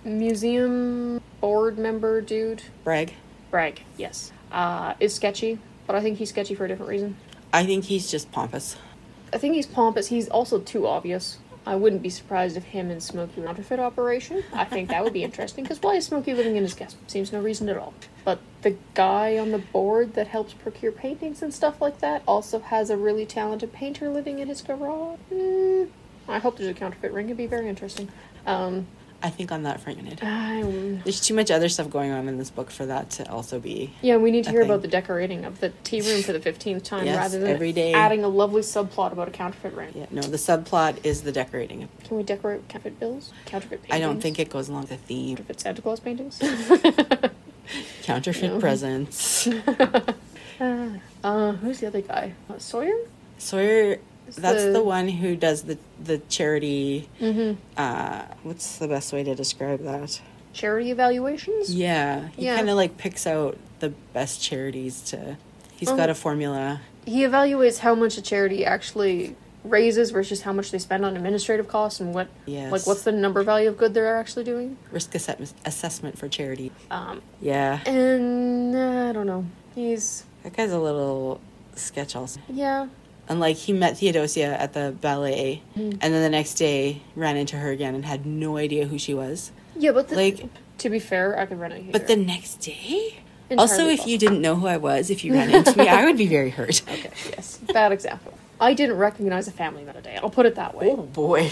Speaker 2: museum board member dude
Speaker 1: Bragg.
Speaker 2: bragg yes uh is sketchy but i think he's sketchy for a different reason
Speaker 1: I think he's just pompous.
Speaker 2: i think he's pompous he's also too obvious I wouldn't be surprised if him and Smokey were in a counterfeit operation. I think that would be interesting because why is Smokey living in his castle? Seems no reason at all. But the guy on the board that helps procure paintings and stuff like that also has a really talented painter living in his garage. Mm, I hope there's a counterfeit ring. It'd be very interesting. Um,
Speaker 1: I think on that front, Ned.
Speaker 2: I'm-
Speaker 1: there's too much other stuff going on in this book for that to also be.
Speaker 2: yeah, we need
Speaker 1: I
Speaker 2: to hear
Speaker 1: think-
Speaker 2: about the decorating of the tea room for the fifteenth time
Speaker 1: Yes,
Speaker 2: rather than
Speaker 1: every day.
Speaker 2: adding a lovely subplot about a counterfeit ring.
Speaker 1: Yeah, no, the subplot is the decorating.
Speaker 2: Can we decorate with counterfeit bills? Counterfeit paintings?
Speaker 1: I don't think it goes along with the theme.
Speaker 2: counterfeit Santa Claus paintings.
Speaker 1: Counterfeit
Speaker 2: No.
Speaker 1: presents.
Speaker 2: uh, who's the other guy? Uh, Sawyer?
Speaker 1: Sawyer,
Speaker 2: It's
Speaker 1: that's
Speaker 2: the-
Speaker 1: the one who does the the charity. Uh, what's the best way to describe that?
Speaker 2: Charity evaluations?
Speaker 1: Yeah, he
Speaker 2: Yeah.
Speaker 1: kind of like picks out the best charities to. He's
Speaker 2: Oh.
Speaker 1: got a formula.
Speaker 2: He evaluates how much a charity actually raises versus how much they spend on administrative costs and what,
Speaker 1: Yes.
Speaker 2: like, what's the number value of good they're actually doing.
Speaker 1: risk assess- assessment for charity.
Speaker 2: Um,
Speaker 1: Yeah,
Speaker 2: and uh, I don't know. He's
Speaker 1: that guy's a little sketch also.
Speaker 2: yeah.
Speaker 1: And like he met Theodosia at the ballet, and then the next day ran into her again and had no idea who she was.
Speaker 2: Yeah, but the,
Speaker 1: Like-
Speaker 2: to be fair, I could run it here.
Speaker 1: But the next day,
Speaker 2: Entirely
Speaker 1: also if you
Speaker 2: possible.
Speaker 1: didn't know who I was, if you ran into me, I would be very hurt.
Speaker 2: okay, yes, bad example. I didn't recognize a family the other day. I'll put it that way.
Speaker 1: Oh boy.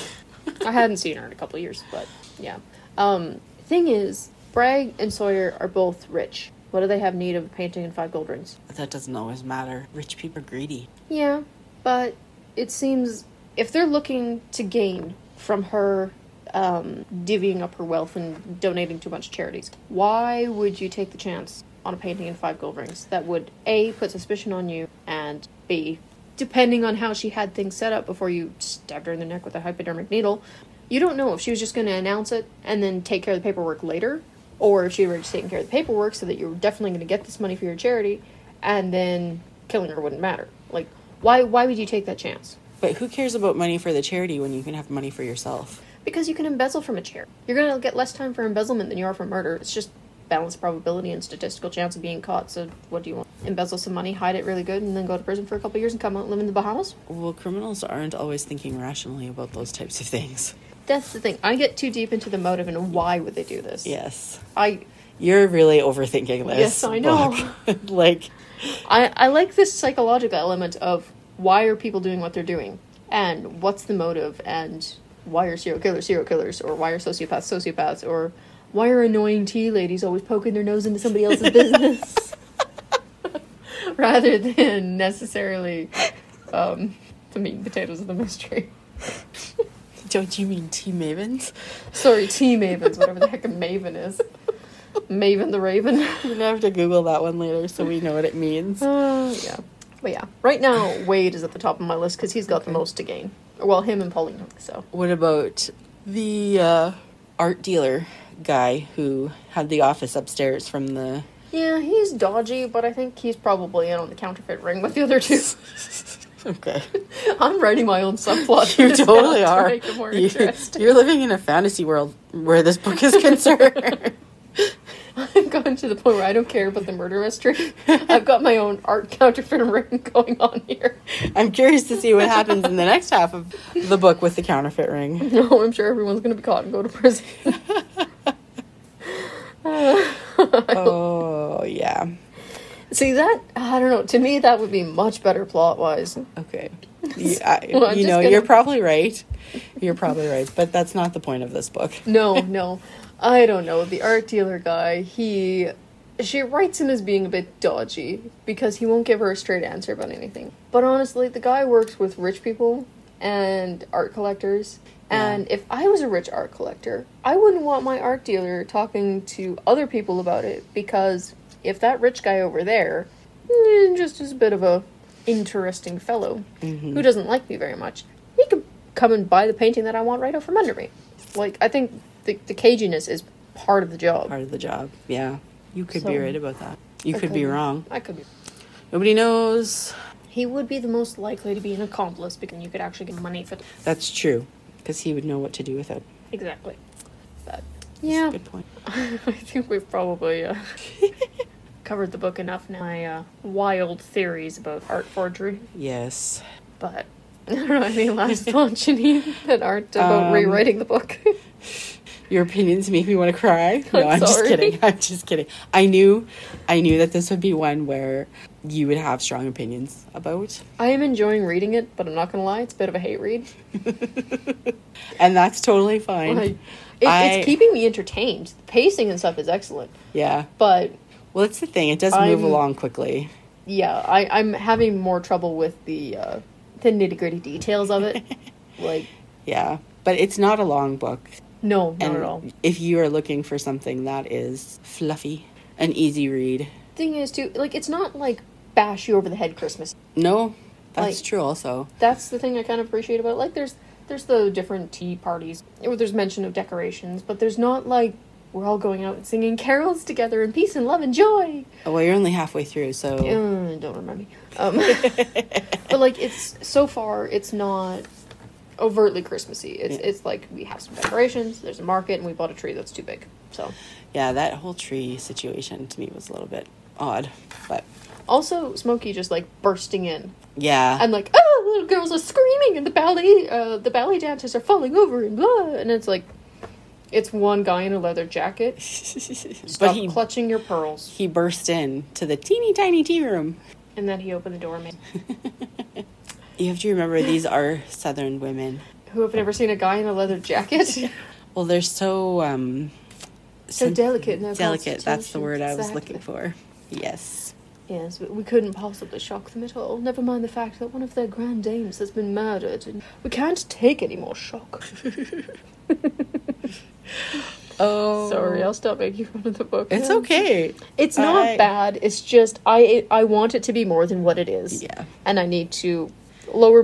Speaker 2: I hadn't seen her in a couple of years, but yeah. Um, thing is, Bragg and Sawyer are both rich. What do they have need of a painting and five gold rings?
Speaker 1: That doesn't always matter. Rich people are greedy.
Speaker 2: Yeah, but it seems if they're looking to gain from her um, divvying up her wealth and donating to a bunch of charities, why would you take the chance on a painting and five gold rings? That would A, put suspicion on you, and B, depending on how she had things set up before you stabbed her in the neck with a hypodermic needle, you don't know if she was just going to announce it and then take care of the paperwork later, or if she was just taking care of the paperwork so that you were definitely going to get this money for your charity, and then killing her wouldn't matter. Like, why why would you take that chance?
Speaker 1: But who cares about money for the charity when you can have money for yourself?
Speaker 2: Because you can embezzle from a chair. You're gonna get less time for embezzlement than you are for murder. It's just balanced probability and statistical chance of being caught. So what do you want? Embezzle some money, hide it really good, and then go to prison for a couple years and come out and live in the Bahamas?
Speaker 1: Well, criminals aren't always thinking rationally about those types of things.
Speaker 2: That's the thing. I get too deep into the motive and why would they do this.
Speaker 1: Yes.
Speaker 2: I
Speaker 1: You're really overthinking this.
Speaker 2: Yes, I know.
Speaker 1: book. like,
Speaker 2: I, I like this psychological element of why are people doing what they're doing and what's the motive and why are serial killers serial killers or why are sociopaths sociopaths or why are annoying tea ladies always poking their nose into somebody else's business rather than necessarily um, the meat and potatoes of the mystery.
Speaker 1: don't you mean tea mavens?
Speaker 2: Sorry, tea mavens, whatever the heck a maven is. Maven the Raven.
Speaker 1: I'm gonna have to Google that one later so we know what it means.
Speaker 2: Uh, yeah. But yeah, right now Wade is at the top of my list because he's got the most to gain. Well, him and Paulina. So
Speaker 1: What about the uh, art dealer guy who had the office upstairs from the.
Speaker 2: yeah, he's dodgy, but I think he's probably in on the counterfeit ring with the other two.
Speaker 1: Okay.
Speaker 2: I'm writing my own subplot.
Speaker 1: You
Speaker 2: to this
Speaker 1: totally
Speaker 2: now
Speaker 1: are.
Speaker 2: To make it more
Speaker 1: You-
Speaker 2: interesting.
Speaker 1: You're living in a fantasy world where this book is concerned.
Speaker 2: I've gone to the point where I don't care about the murder mystery. I've got my own art counterfeit ring going on here.
Speaker 1: I'm curious to see what happens in the next half of the book with the counterfeit ring.
Speaker 2: No, I'm sure everyone's going to be caught and go to prison.
Speaker 1: Oh, yeah.
Speaker 2: See that? I don't know. To me, that would be much better plot wise.
Speaker 1: Okay. You, I-
Speaker 2: Well, I'm
Speaker 1: you
Speaker 2: just
Speaker 1: know,
Speaker 2: gonna-
Speaker 1: you're probably right. You're probably right, but that's not the point of this book.
Speaker 2: No, no, I don't know. The art dealer guy, he, she writes him as being a bit dodgy because he won't give her a straight answer about anything. But honestly, the guy works with rich people and art collectors. And if I was a rich art collector, I wouldn't want my art dealer talking to other people about it because if that rich guy over there, eh, just is a bit of a interesting fellow
Speaker 1: Mm-hmm.
Speaker 2: who doesn't like me very much, he could come and buy the painting that I want right out from under me. Like I think the, the caginess is part of the job.
Speaker 1: Part of the job. Yeah. You could be
Speaker 2: So-
Speaker 1: right about that. You
Speaker 2: I
Speaker 1: could be wrong.
Speaker 2: I could be.
Speaker 1: Nobody knows.
Speaker 2: He would be the most likely to be an accomplice because you could actually get money for.
Speaker 1: That's true, because he would know what to do with it.
Speaker 2: Exactly. But
Speaker 1: That's
Speaker 2: yeah,
Speaker 1: a good point.
Speaker 2: I think we've probably uh, covered the book enough now. My uh, wild theories about art forgery,
Speaker 1: Yes.
Speaker 2: but. I don't know any last thoughts you need that aren't about
Speaker 1: Um,
Speaker 2: rewriting the book.
Speaker 1: Your opinions make me want to cry. No, I'm,
Speaker 2: I'm
Speaker 1: just
Speaker 2: sorry.
Speaker 1: kidding. I'm just kidding. I knew, I knew that this would be one where you would have strong opinions about,
Speaker 2: I am enjoying reading it, but I'm not gonna lie, it's a bit of a hate read.
Speaker 1: and that's totally fine.
Speaker 2: Like, it,
Speaker 1: I-
Speaker 2: it's keeping me entertained. The pacing and stuff is excellent,
Speaker 1: yeah.
Speaker 2: but
Speaker 1: Well, that's the thing. It does move
Speaker 2: I'm-
Speaker 1: along quickly.
Speaker 2: yeah, I, I'm having more trouble with the uh, the nitty gritty details of it. like,
Speaker 1: Yeah, but it's not a long book.
Speaker 2: no, not at all.
Speaker 1: If you are looking for something that is fluffy, an easy read.
Speaker 2: Thing is, too, like it's not like bash you over the head Christmas.
Speaker 1: No, that's
Speaker 2: Like-
Speaker 1: true. Also,
Speaker 2: That's the thing I kind of appreciate about. It. Like, there's there's the different tea parties, or there's mention of decorations, but there's not like we're all going out and singing carols together in peace and love and joy.
Speaker 1: Oh, well, you're only halfway through, so
Speaker 2: Uh, don't remind me. Um, but like, it's so far, it's not overtly Christmassy. It's
Speaker 1: Yeah.
Speaker 2: it's like we have some decorations. There's a market, and we bought a tree that's too big. So,
Speaker 1: yeah, that whole tree situation to me was a little bit odd, but
Speaker 2: also Smokey just like bursting in.
Speaker 1: yeah,
Speaker 2: I'm like, oh, little girls are screaming, and the ballet uh, the ballet dancers are falling over, and blah. And it's like, it's one guy in a leather jacket. Stop
Speaker 1: but he
Speaker 2: clutching your pearls,
Speaker 1: he burst in to the teeny tiny tea room.
Speaker 2: and then he opened the door. Man,
Speaker 1: You have to remember these are Southern women.
Speaker 2: who have never seen a guy in a leather jacket?
Speaker 1: Well, they're so um,
Speaker 2: so delicate. In their
Speaker 1: delicate. That's the
Speaker 2: constitution.
Speaker 1: word I was
Speaker 2: Exactly.
Speaker 1: looking for. Yes.
Speaker 2: Yes, but we couldn't possibly shock them at all. Never mind the fact that one of their grand dames has been murdered, and we can't take any more shock.
Speaker 1: Oh,
Speaker 2: Sorry, I'll stop making fun of the book.
Speaker 1: It's
Speaker 2: now.
Speaker 1: okay.
Speaker 2: It's not
Speaker 1: I-
Speaker 2: bad. It's just I I want it to be more than what it is.
Speaker 1: Yeah.
Speaker 2: and I need to lower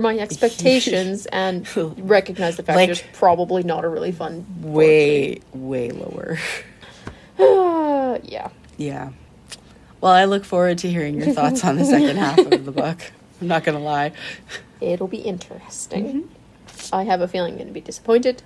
Speaker 2: my expectations and recognize the fact
Speaker 1: Like-
Speaker 2: that it's probably not a really fun.
Speaker 1: Way, way lower.
Speaker 2: Ah, yeah.
Speaker 1: yeah. Well, I look forward to hearing your thoughts on the second half of the book. I'm not gonna lie.
Speaker 2: It'll be interesting.
Speaker 1: Mm-hmm.
Speaker 2: I have a feeling I'm going to be disappointed.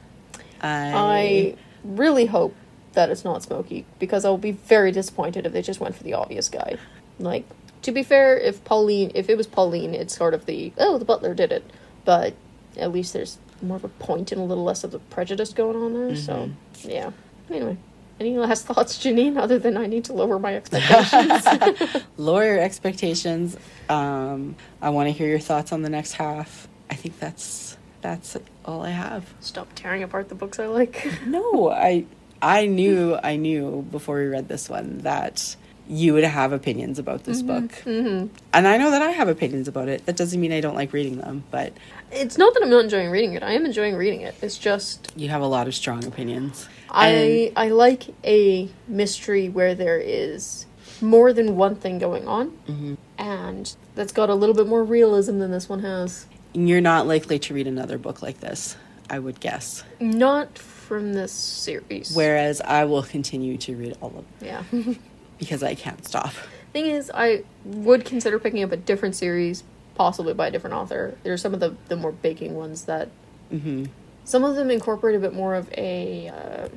Speaker 1: I,
Speaker 2: I really hope that it's not Smokey because I will be very disappointed if they just went for the obvious guy. Like, to be fair, if Pauline, if it was Pauline, it's sort of the oh the butler did it, but at least there's more of a point and a little less of the prejudice going on there. So yeah. Anyway, any last thoughts, Janine? Other than I need to lower my expectations.
Speaker 1: lower your expectations. Um, I want to hear your thoughts on the next half. I think that's that's all I have.
Speaker 2: Stop tearing apart the books I like.
Speaker 1: No, I I knew I knew before we read this one that you would have opinions about this book. And I know that I have opinions about it. That doesn't mean I don't like reading them, but
Speaker 2: It's not that I'm not enjoying reading it. I am enjoying reading it. It's just
Speaker 1: you have a lot of strong opinions.
Speaker 2: I I like a mystery where there is more than one thing going on, and that's got a little bit more realism than this one has.
Speaker 1: And you're not likely to read another book like this, I would guess.
Speaker 2: Not from this series.
Speaker 1: Whereas I will continue to read all of them
Speaker 2: yeah.
Speaker 1: because I can't stop.
Speaker 2: Thing is, I would consider picking up a different series, possibly by a different author. There's some of the, the more baking ones that. Some of them incorporate a bit more of a uh,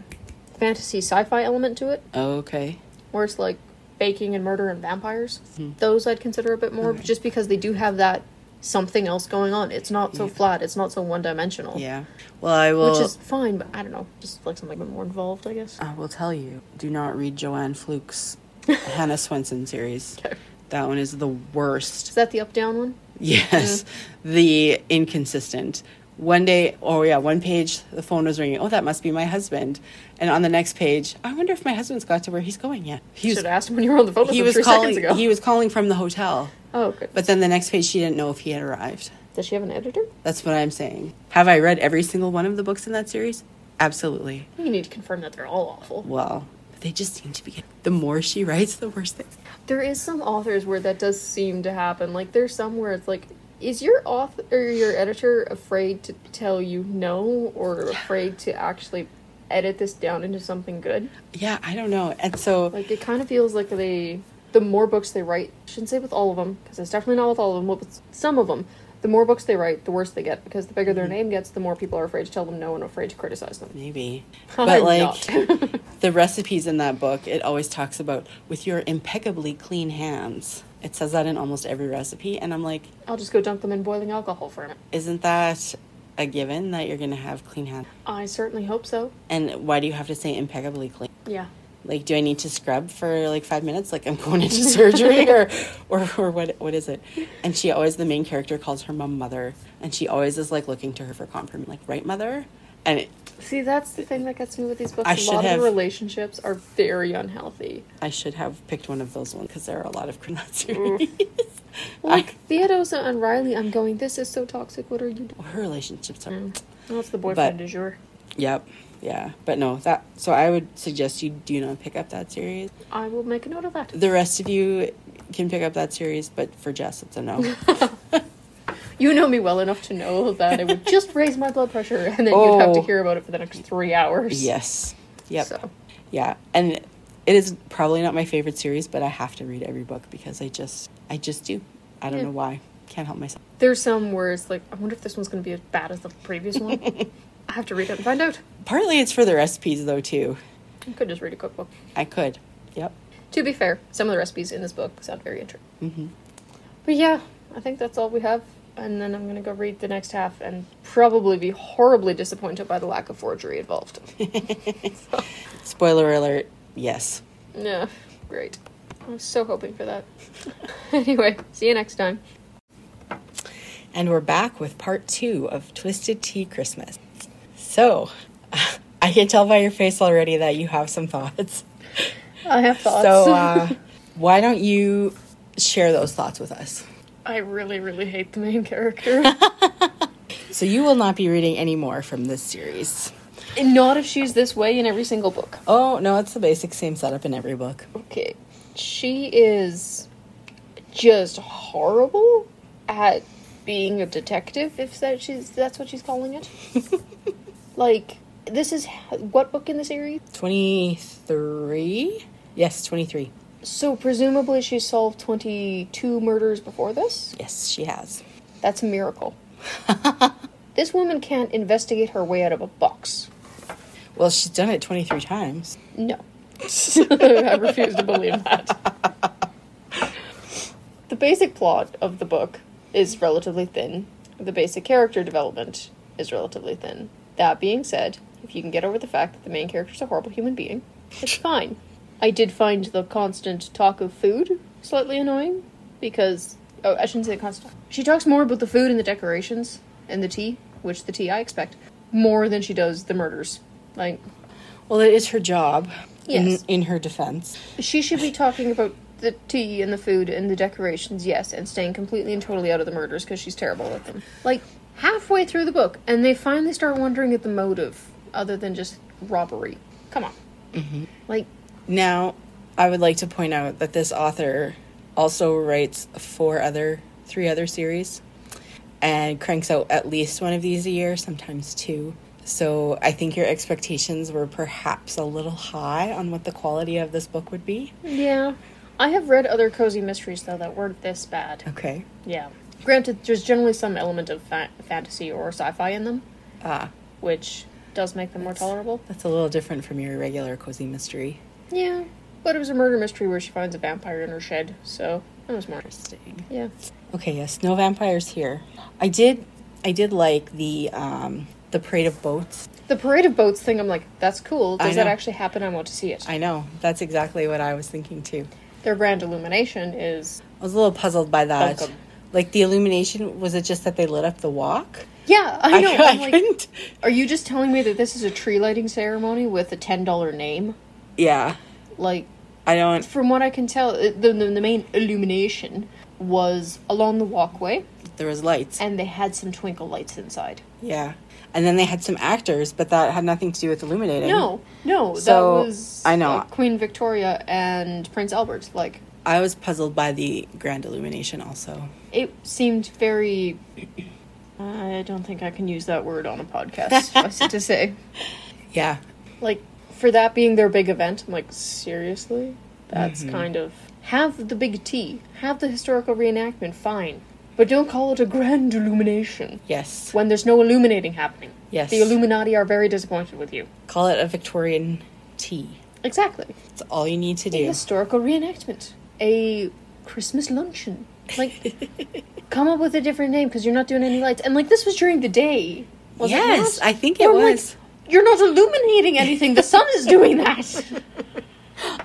Speaker 2: fantasy sci fi element to it,
Speaker 1: Okay.
Speaker 2: where it's like baking and murder and vampires.
Speaker 1: Mm-hmm.
Speaker 2: Those I'd consider a bit more just because they do have that something else going on. It's not so flat, it's not so one dimensional.
Speaker 1: Yeah. Well, I will.
Speaker 2: Which is fine, but I don't know. Just like something a bit more involved, I guess.
Speaker 1: I will tell you, do not read Joanne Fluke's Hannah Swenson series.
Speaker 2: Okay. Mm.
Speaker 1: That one is the worst.
Speaker 2: Is that the up down one?
Speaker 1: Yes, the inconsistent. One day, oh yeah, one page, the phone was ringing. Oh, that must be my husband. And on the next page, I wonder if my husband's got to where he's going yet. He
Speaker 2: You
Speaker 1: was,
Speaker 2: should have asked him when you were on the phone with
Speaker 1: he
Speaker 2: him
Speaker 1: was
Speaker 2: three seconds
Speaker 1: calling.
Speaker 2: ago.
Speaker 1: He was calling from the hotel.
Speaker 2: oh, good.
Speaker 1: But then the next page, she didn't know if he had arrived.
Speaker 2: Does she have an editor?
Speaker 1: That's what I'm saying. Have I read every single one of the books in that series? Absolutely.
Speaker 2: You need to confirm that they're all awful.
Speaker 1: Well, they just seem to be. The more she writes, the worse they.
Speaker 2: There is some authors where that does seem to happen. Like there's some where it's like, is your author or your editor afraid to tell you no, or afraid to actually edit this down into something good?
Speaker 1: Yeah, I don't know. And so,
Speaker 2: Like it kind of feels like they, the more books they write, shouldn't say with all of them because it's definitely not with all of them, but with some of them. The more books they write, the worse they get because the bigger their name gets, the more people are afraid to tell them no and afraid to criticize them.
Speaker 1: maybe.
Speaker 2: I'm
Speaker 1: But like
Speaker 2: not.
Speaker 1: the recipes in that book, it always talks about with your impeccably clean hands. It says that in almost every recipe. And I'm like,
Speaker 2: I'll just go dunk them in boiling alcohol for a minute.
Speaker 1: isn't that a given that you're going to have clean hands?
Speaker 2: I certainly hope so.
Speaker 1: And why do you have to say impeccably clean?
Speaker 2: Yeah.
Speaker 1: Like, do I need to scrub for like five minutes? Like, I'm going into surgery, or, or, or what? What is it? And she always, the main character calls her mom mother, and she always is like looking to her for confirmation, like right mother. And it,
Speaker 2: See, that's the thing that gets me with these books.
Speaker 1: I
Speaker 2: A
Speaker 1: should
Speaker 2: lot
Speaker 1: have-
Speaker 2: of the relationships are very unhealthy.
Speaker 1: I should have picked one of those ones because there are a lot of crim- that series.
Speaker 2: Like Theodosia and Riley, I'm going. This is so toxic. What are you doing?
Speaker 1: I- Uh, her relationships are.
Speaker 2: That's the boyfriend
Speaker 1: But-
Speaker 2: du jour.
Speaker 1: Yep. Yeah. But no, that. So I would suggest you do not pick up that series.
Speaker 2: I will make a note of that.
Speaker 1: The rest of you can pick up that series, but for Jess, it's a no.
Speaker 2: You know me well enough to know that it would just raise my blood pressure, and then you'd have to
Speaker 1: Oh.
Speaker 2: hear about it for the next three hours.
Speaker 1: yes. Yep.
Speaker 2: So,
Speaker 1: Yeah, and it is probably not my favorite series, but I have to read every book because I just I just do. I don't
Speaker 2: Yeah.
Speaker 1: know why. Can't help myself.
Speaker 2: there's some where it's like, I wonder if this one's going to be as bad as the previous one. I have to read it and find out.
Speaker 1: Partly it's for the recipes though too.
Speaker 2: I could just read a cookbook.
Speaker 1: I could. Yep.
Speaker 2: To be fair, some of the recipes in this book sound very interesting.
Speaker 1: Mm-hmm.
Speaker 2: But yeah, I think that's all we have. And then I'm gonna go read the next half and probably be horribly disappointed by the lack of forgery involved.
Speaker 1: Spoiler alert. Yes.
Speaker 2: yeah, great. I was so hoping for that. anyway, see you next time.
Speaker 1: And we're back with part two of Twisted Tea Christmas. So, I can tell by your face already that you have some thoughts.
Speaker 2: I have thoughts.
Speaker 1: So, uh, why don't you share those thoughts with us?
Speaker 2: I really, really hate the main character.
Speaker 1: So, you will not be reading any more from this series.
Speaker 2: and not if she's this way in every single book.
Speaker 1: Oh no, it's the basic same setup in every book.
Speaker 2: Okay. She is just horrible at being a detective, if that she's that's what she's calling it. like this is what book in the series?
Speaker 1: Twenty three. Yes, twenty three.
Speaker 2: So presumably she solved 22 murders before this.
Speaker 1: Yes, she has.
Speaker 2: That's a miracle. this woman can't investigate her way out of a box.
Speaker 1: Well, she's done it twenty three times.
Speaker 2: No. I refuse to believe that. The basic plot of the book is relatively thin. The basic character development is relatively thin. That being said, if you can get over the fact that the main character is a horrible human being, it's fine. I did find the constant talk of food slightly annoying because oh, I shouldn't say constant. She talks more about the food and the decorations and the tea, which the tea I expect, more than she does the murders. Like
Speaker 1: Well, it is her job.
Speaker 2: Yes.
Speaker 1: In, in her defense,
Speaker 2: She should be talking about the tea and the food and the decorations, yes, and staying completely and totally out of the murders because she's terrible at them. Like halfway through the book, and they finally start wondering at the motive other than just robbery. Come on.
Speaker 1: Mm-hmm.
Speaker 2: Like,
Speaker 1: now I would like to point out that this author also writes four other, three other series, and cranks out at least one of these a year, sometimes two. So I think your expectations were perhaps a little high on what the quality of this book
Speaker 2: Hmm.
Speaker 1: would be.
Speaker 2: yeah. I have read other cozy mysteries though that weren't this bad.
Speaker 1: Okay.
Speaker 2: Yeah. Granted, there's generally some element of fa- fantasy or sci-fi in them,
Speaker 1: Ah,
Speaker 2: which does make them more tolerable.
Speaker 1: that's a little different from your regular cozy mystery.
Speaker 2: Yeah, but it was a murder mystery where she finds a vampire in her shed, so that was more.
Speaker 1: Interesting.
Speaker 2: Yeah.
Speaker 1: Okay, yes, no vampires here. I did, I did like the um, the parade of boats.
Speaker 2: The parade of boats thing, I'm like, that's cool.
Speaker 1: I
Speaker 2: Does that
Speaker 1: know.
Speaker 2: actually happen? I want to see it.
Speaker 1: I know that's exactly what I was thinking too.
Speaker 2: Their brand illumination is.
Speaker 1: I was a little puzzled by that.
Speaker 2: Welcome.
Speaker 1: Like the illumination, was it just that they lit up the walk?
Speaker 2: Yeah, I know.
Speaker 1: I,
Speaker 2: I, am like,
Speaker 1: couldn't.
Speaker 2: are you just telling me that this is a tree lighting ceremony with a ten dollar name?
Speaker 1: Yeah,
Speaker 2: Like,
Speaker 1: I don't.
Speaker 2: from what I can tell, it- the, the the main illumination was along the walkway,
Speaker 1: There was lights.
Speaker 2: and they had some twinkle lights inside.
Speaker 1: Yeah, and then they had some actors, but that had nothing to do with illuminating.
Speaker 2: No, no,
Speaker 1: So,
Speaker 2: that was
Speaker 1: I know.
Speaker 2: uh, Queen Victoria and Prince Albert. Like,
Speaker 1: I was puzzled by the grand illumination also.
Speaker 2: it seemed very. I don't think I can use that word on a podcast. suffice it to say,
Speaker 1: Yeah,
Speaker 2: like for that being their big event, I'm like seriously, that's kind of have the big T, have the historical reenactment, fine, but don't call it a grand illumination
Speaker 1: yes.
Speaker 2: when there's no illuminating happening.
Speaker 1: Yes.
Speaker 2: the Illuminati are very disappointed with you.
Speaker 1: Call it a Victorian tea.
Speaker 2: Exactly.
Speaker 1: It's all you need to
Speaker 2: a
Speaker 1: do.
Speaker 2: historical reenactment, a Christmas luncheon. Like, come up with a different name because you're not doing any lights. And like, this was during the day. Was
Speaker 1: Yes,
Speaker 2: it not?
Speaker 1: I think it
Speaker 2: Or, like,
Speaker 1: was.
Speaker 2: you're not illuminating anything. The sun is doing that.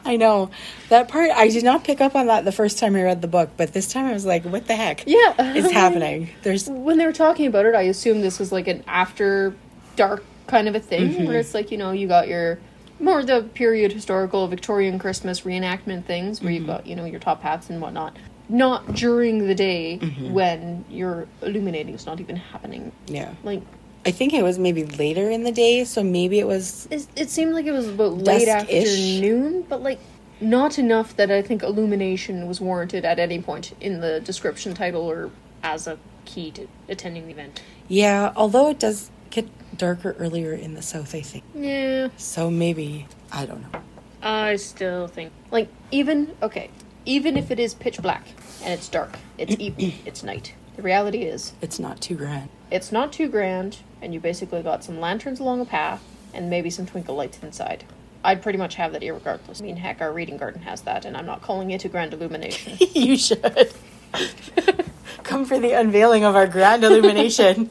Speaker 1: I know that part. I did not pick up on that the first time I read the book, but this time I was like, "What the heck?
Speaker 2: Yeah,
Speaker 1: is happening?" There's
Speaker 2: When they were talking about it, I assumed this was like an after dark kind of a thing where it's like you know you got your more the period historical Victorian Christmas reenactment things where you've got you know your top hats and whatnot. Not during the day when you're illuminating is not even happening.
Speaker 1: yeah.
Speaker 2: Like
Speaker 1: I think it was maybe later in the day, so maybe it was
Speaker 2: it, it seemed like it was about late
Speaker 1: Dusk-ish.
Speaker 2: afternoon, but like not enough that I think illumination was warranted at any point in the description title or as a key to attending the event.
Speaker 1: yeah. Although it does get darker earlier in the south, I think.
Speaker 2: Yeah,
Speaker 1: So maybe I don't know.
Speaker 2: I still think like even okay, even if it is pitch black and it's dark, it's evening, it's night. The reality is,
Speaker 1: It's not too grand.
Speaker 2: it's not too grand, and you basically got some lanterns along a path and maybe some twinkle lights inside. I'd pretty much have that irregardless. I mean, heck, our reading garden has that, and I'm not calling it a grand illumination.
Speaker 1: you should come for the unveiling of our grand illumination.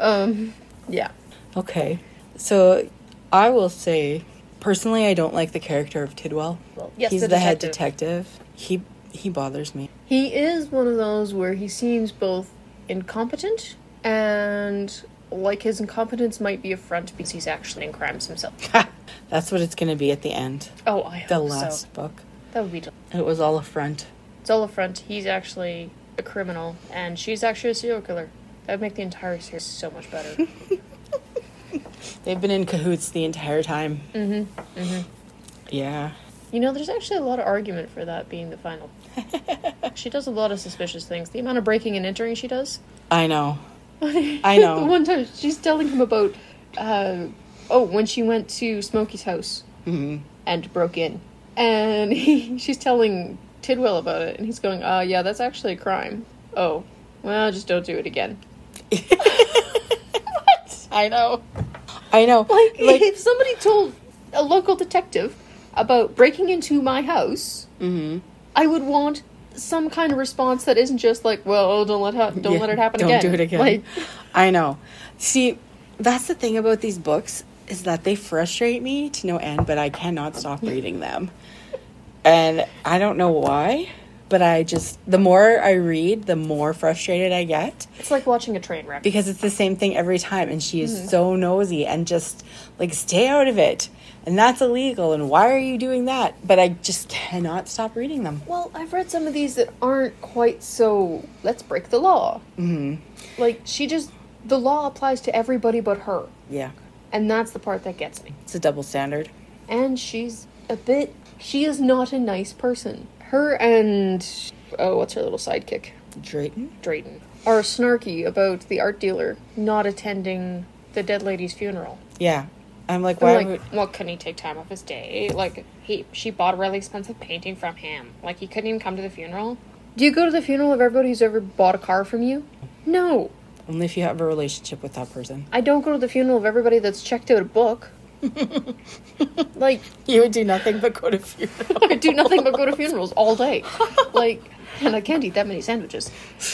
Speaker 2: um, yeah.
Speaker 1: okay, so I will say personally, I don't like the character of Tidwell.
Speaker 2: Yes,
Speaker 1: he's
Speaker 2: the
Speaker 1: the, head
Speaker 2: detective.
Speaker 1: detective. He he bothers me.
Speaker 2: He is one of those where he seems both incompetent and like his incompetence might be a front because he's actually in crimes himself.
Speaker 1: That's what it's going to be at the end.
Speaker 2: Oh, I hope
Speaker 1: The last
Speaker 2: so.
Speaker 1: book.
Speaker 2: That would be. Del-
Speaker 1: It was all a front.
Speaker 2: it's all a front. He's actually a criminal, and she's actually a serial killer. That would make the entire series so much better.
Speaker 1: They've been in cahoots the entire time. Mm-hmm. Mm-hmm. Yeah.
Speaker 2: you know, there's actually a lot of argument for that being the final. she does a lot of suspicious things. The amount of breaking and entering she does.
Speaker 1: I know. I know.
Speaker 2: the one time she's telling him about, uh, oh, when she went to Smokey's house
Speaker 1: Mm-hmm.
Speaker 2: and broke in, and he, she's telling Tidwell about it, and he's going, "Uh, yeah, that's actually a crime. Oh, well, just don't do it again." what? I know.
Speaker 1: I know.
Speaker 2: Like,
Speaker 1: Like,
Speaker 2: if somebody told a local detective about breaking into my house,
Speaker 1: Mm-hmm.
Speaker 2: I would want some kind of response that isn't just like, "Well, oh, don't let ha- don't
Speaker 1: yeah,
Speaker 2: let it happen
Speaker 1: don't
Speaker 2: again."
Speaker 1: do it again.
Speaker 2: Like,
Speaker 1: I know. See, that's the thing about these books is that they frustrate me to no end, but I cannot stop reading them. And I don't know why, but I just the more I read, the more frustrated I get.
Speaker 2: it's like watching a train wreck.
Speaker 1: because it's the same thing every time and she is
Speaker 2: Mm-hmm.
Speaker 1: so nosy and just like stay out of it and that's illegal and why are you doing that but i just cannot stop reading them
Speaker 2: Well, I've read some of these that aren't quite so. Let's break the law. Mm-hmm. Like she just the law applies to everybody but her,
Speaker 1: yeah
Speaker 2: and that's the part that gets me.
Speaker 1: it's a double standard
Speaker 2: And she's a bit. She is not a nice person. Her and oh, what's her little sidekick,
Speaker 1: drayton
Speaker 2: Drayton, are snarky about the art dealer not attending the dead lady's funeral.
Speaker 1: yeah i'm like
Speaker 2: I'm
Speaker 1: why
Speaker 2: like,
Speaker 1: would
Speaker 2: well, couldn't he take time off his day? Like he, she bought a really expensive painting from him. Like he couldn't even come to the funeral. Do you go to the funeral of everybody who's ever bought a car from you? No.
Speaker 1: Only if you have a relationship with that person.
Speaker 2: I don't go to the funeral of everybody that's checked out a book. like,
Speaker 1: You would do nothing but go to funeral.
Speaker 2: I do nothing but go to funerals all day. Like, and I can't eat that many sandwiches.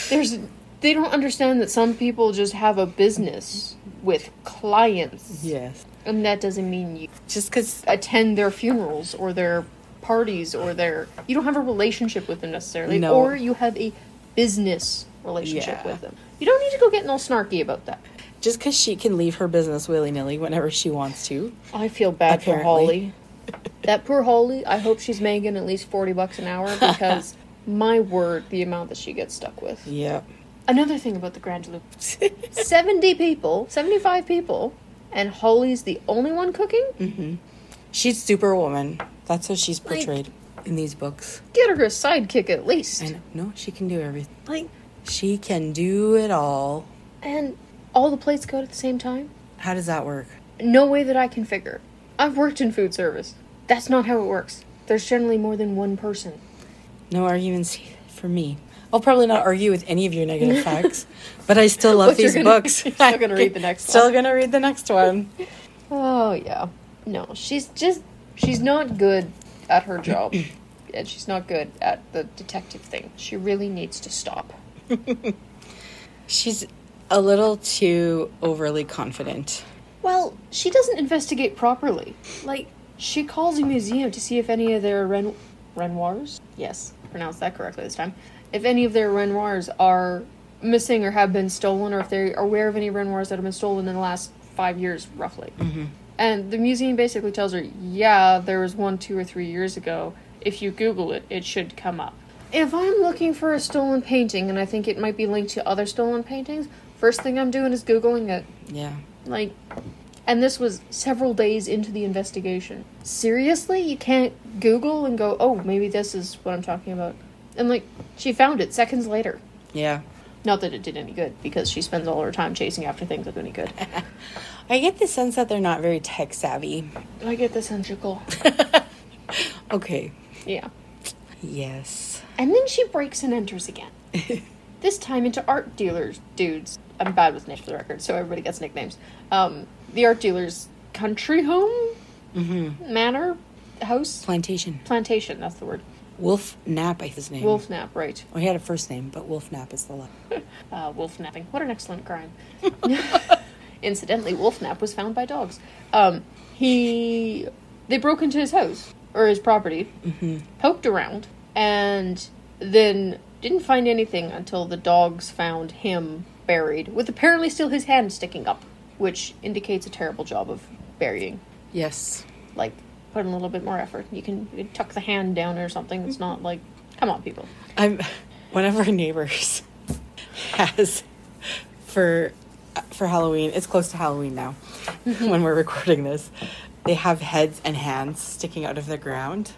Speaker 2: There's, they don't understand that some people just have a business with clients,
Speaker 1: Yes.
Speaker 2: and that doesn't mean you
Speaker 1: Just because
Speaker 2: attend their funerals or their parties or their. You don't have a relationship with them necessarily,
Speaker 1: No.
Speaker 2: or you have a business relationship
Speaker 1: Yeah.
Speaker 2: with them. You don't need to go getting all snarky about that.
Speaker 1: just because she can leave her business willy nilly whenever she wants to.
Speaker 2: I feel bad for
Speaker 1: Apparently.
Speaker 2: Holly. That poor Holly. I hope she's making at least forty bucks an hour because my word, the amount that she gets stuck with.
Speaker 1: Yep.
Speaker 2: Another thing about the Grand Loop: seventy people, seventy-five people, and Holly's the only one cooking.
Speaker 1: She's Superwoman. That's how she's portrayed in these books.
Speaker 2: Get her a sidekick at least.
Speaker 1: I know. No, she can do everything.
Speaker 2: Like,
Speaker 1: She can do it all.
Speaker 2: and all the plates go out at the same time.
Speaker 1: How does that work?
Speaker 2: No way that I can figure. I've worked in food service. That's not how it works. There's generally more than one person.
Speaker 1: No arguments for me. I'll probably not argue with any of your negative facts, but I still love
Speaker 2: But you're
Speaker 1: these
Speaker 2: gonna-
Speaker 1: books.
Speaker 2: you're still gonna read the next
Speaker 1: Still
Speaker 2: one.
Speaker 1: gonna read the next one.
Speaker 2: Oh yeah. No, she's just she's not good at her job. and she's not good at the detective thing. She really needs to stop.
Speaker 1: She's a little too overly confident.
Speaker 2: Well, she doesn't investigate properly. Like she calls a museum to see if any of their Ren- Renoirs, yes, pronounced that correctly this time, if any of their Renoirs are missing or have been stolen or if they are aware of any Renoirs that have been stolen in the last 5 years roughly. And the museum basically tells her, yeah, there was one two or three years ago. If you Google it, it should come up. If I'm looking for a stolen painting and I think it might be linked to other stolen paintings, first thing I'm doing is Googling it.
Speaker 1: Yeah.
Speaker 2: Like, and this was several days into the investigation. Seriously? You can't Google and go, oh, maybe this is what I'm talking about? And, like, she found it seconds later.
Speaker 1: Yeah.
Speaker 2: Not that it did any good, because she spends all her time chasing after things that do any good.
Speaker 1: I get the sense that they're not very tech savvy.
Speaker 2: I get the sensical.
Speaker 1: Okay.
Speaker 2: Yeah.
Speaker 1: Yes.
Speaker 2: And then she breaks and enters again. this time into art dealers, dudes. I'm bad with names for the record, so everybody gets nicknames. Um, the art dealers' country home? Mm-hmm. Manor? House?
Speaker 1: Plantation.
Speaker 2: Plantation, that's the word.
Speaker 1: Wolf Knapp, I think his name.
Speaker 2: Wolf nap, right.
Speaker 1: Oh, he had a first name, but Wolf Knapp is the last.
Speaker 2: Uh, wolf napping. What an excellent crime. Incidentally, wolf nap was found by dogs. Um, he. They broke into his house, or his property, poked around, and then didn't find anything until the dogs found him buried, with apparently still his hand sticking up, which indicates a terrible job of burying.
Speaker 1: Yes.
Speaker 2: Like, put in a little bit more effort. You can, you can tuck the hand down or something. It's not like. Come on, people.
Speaker 1: I'm one of our neighbors has for for Halloween. It's close to Halloween now when we're recording this. They have heads and hands sticking out of the ground.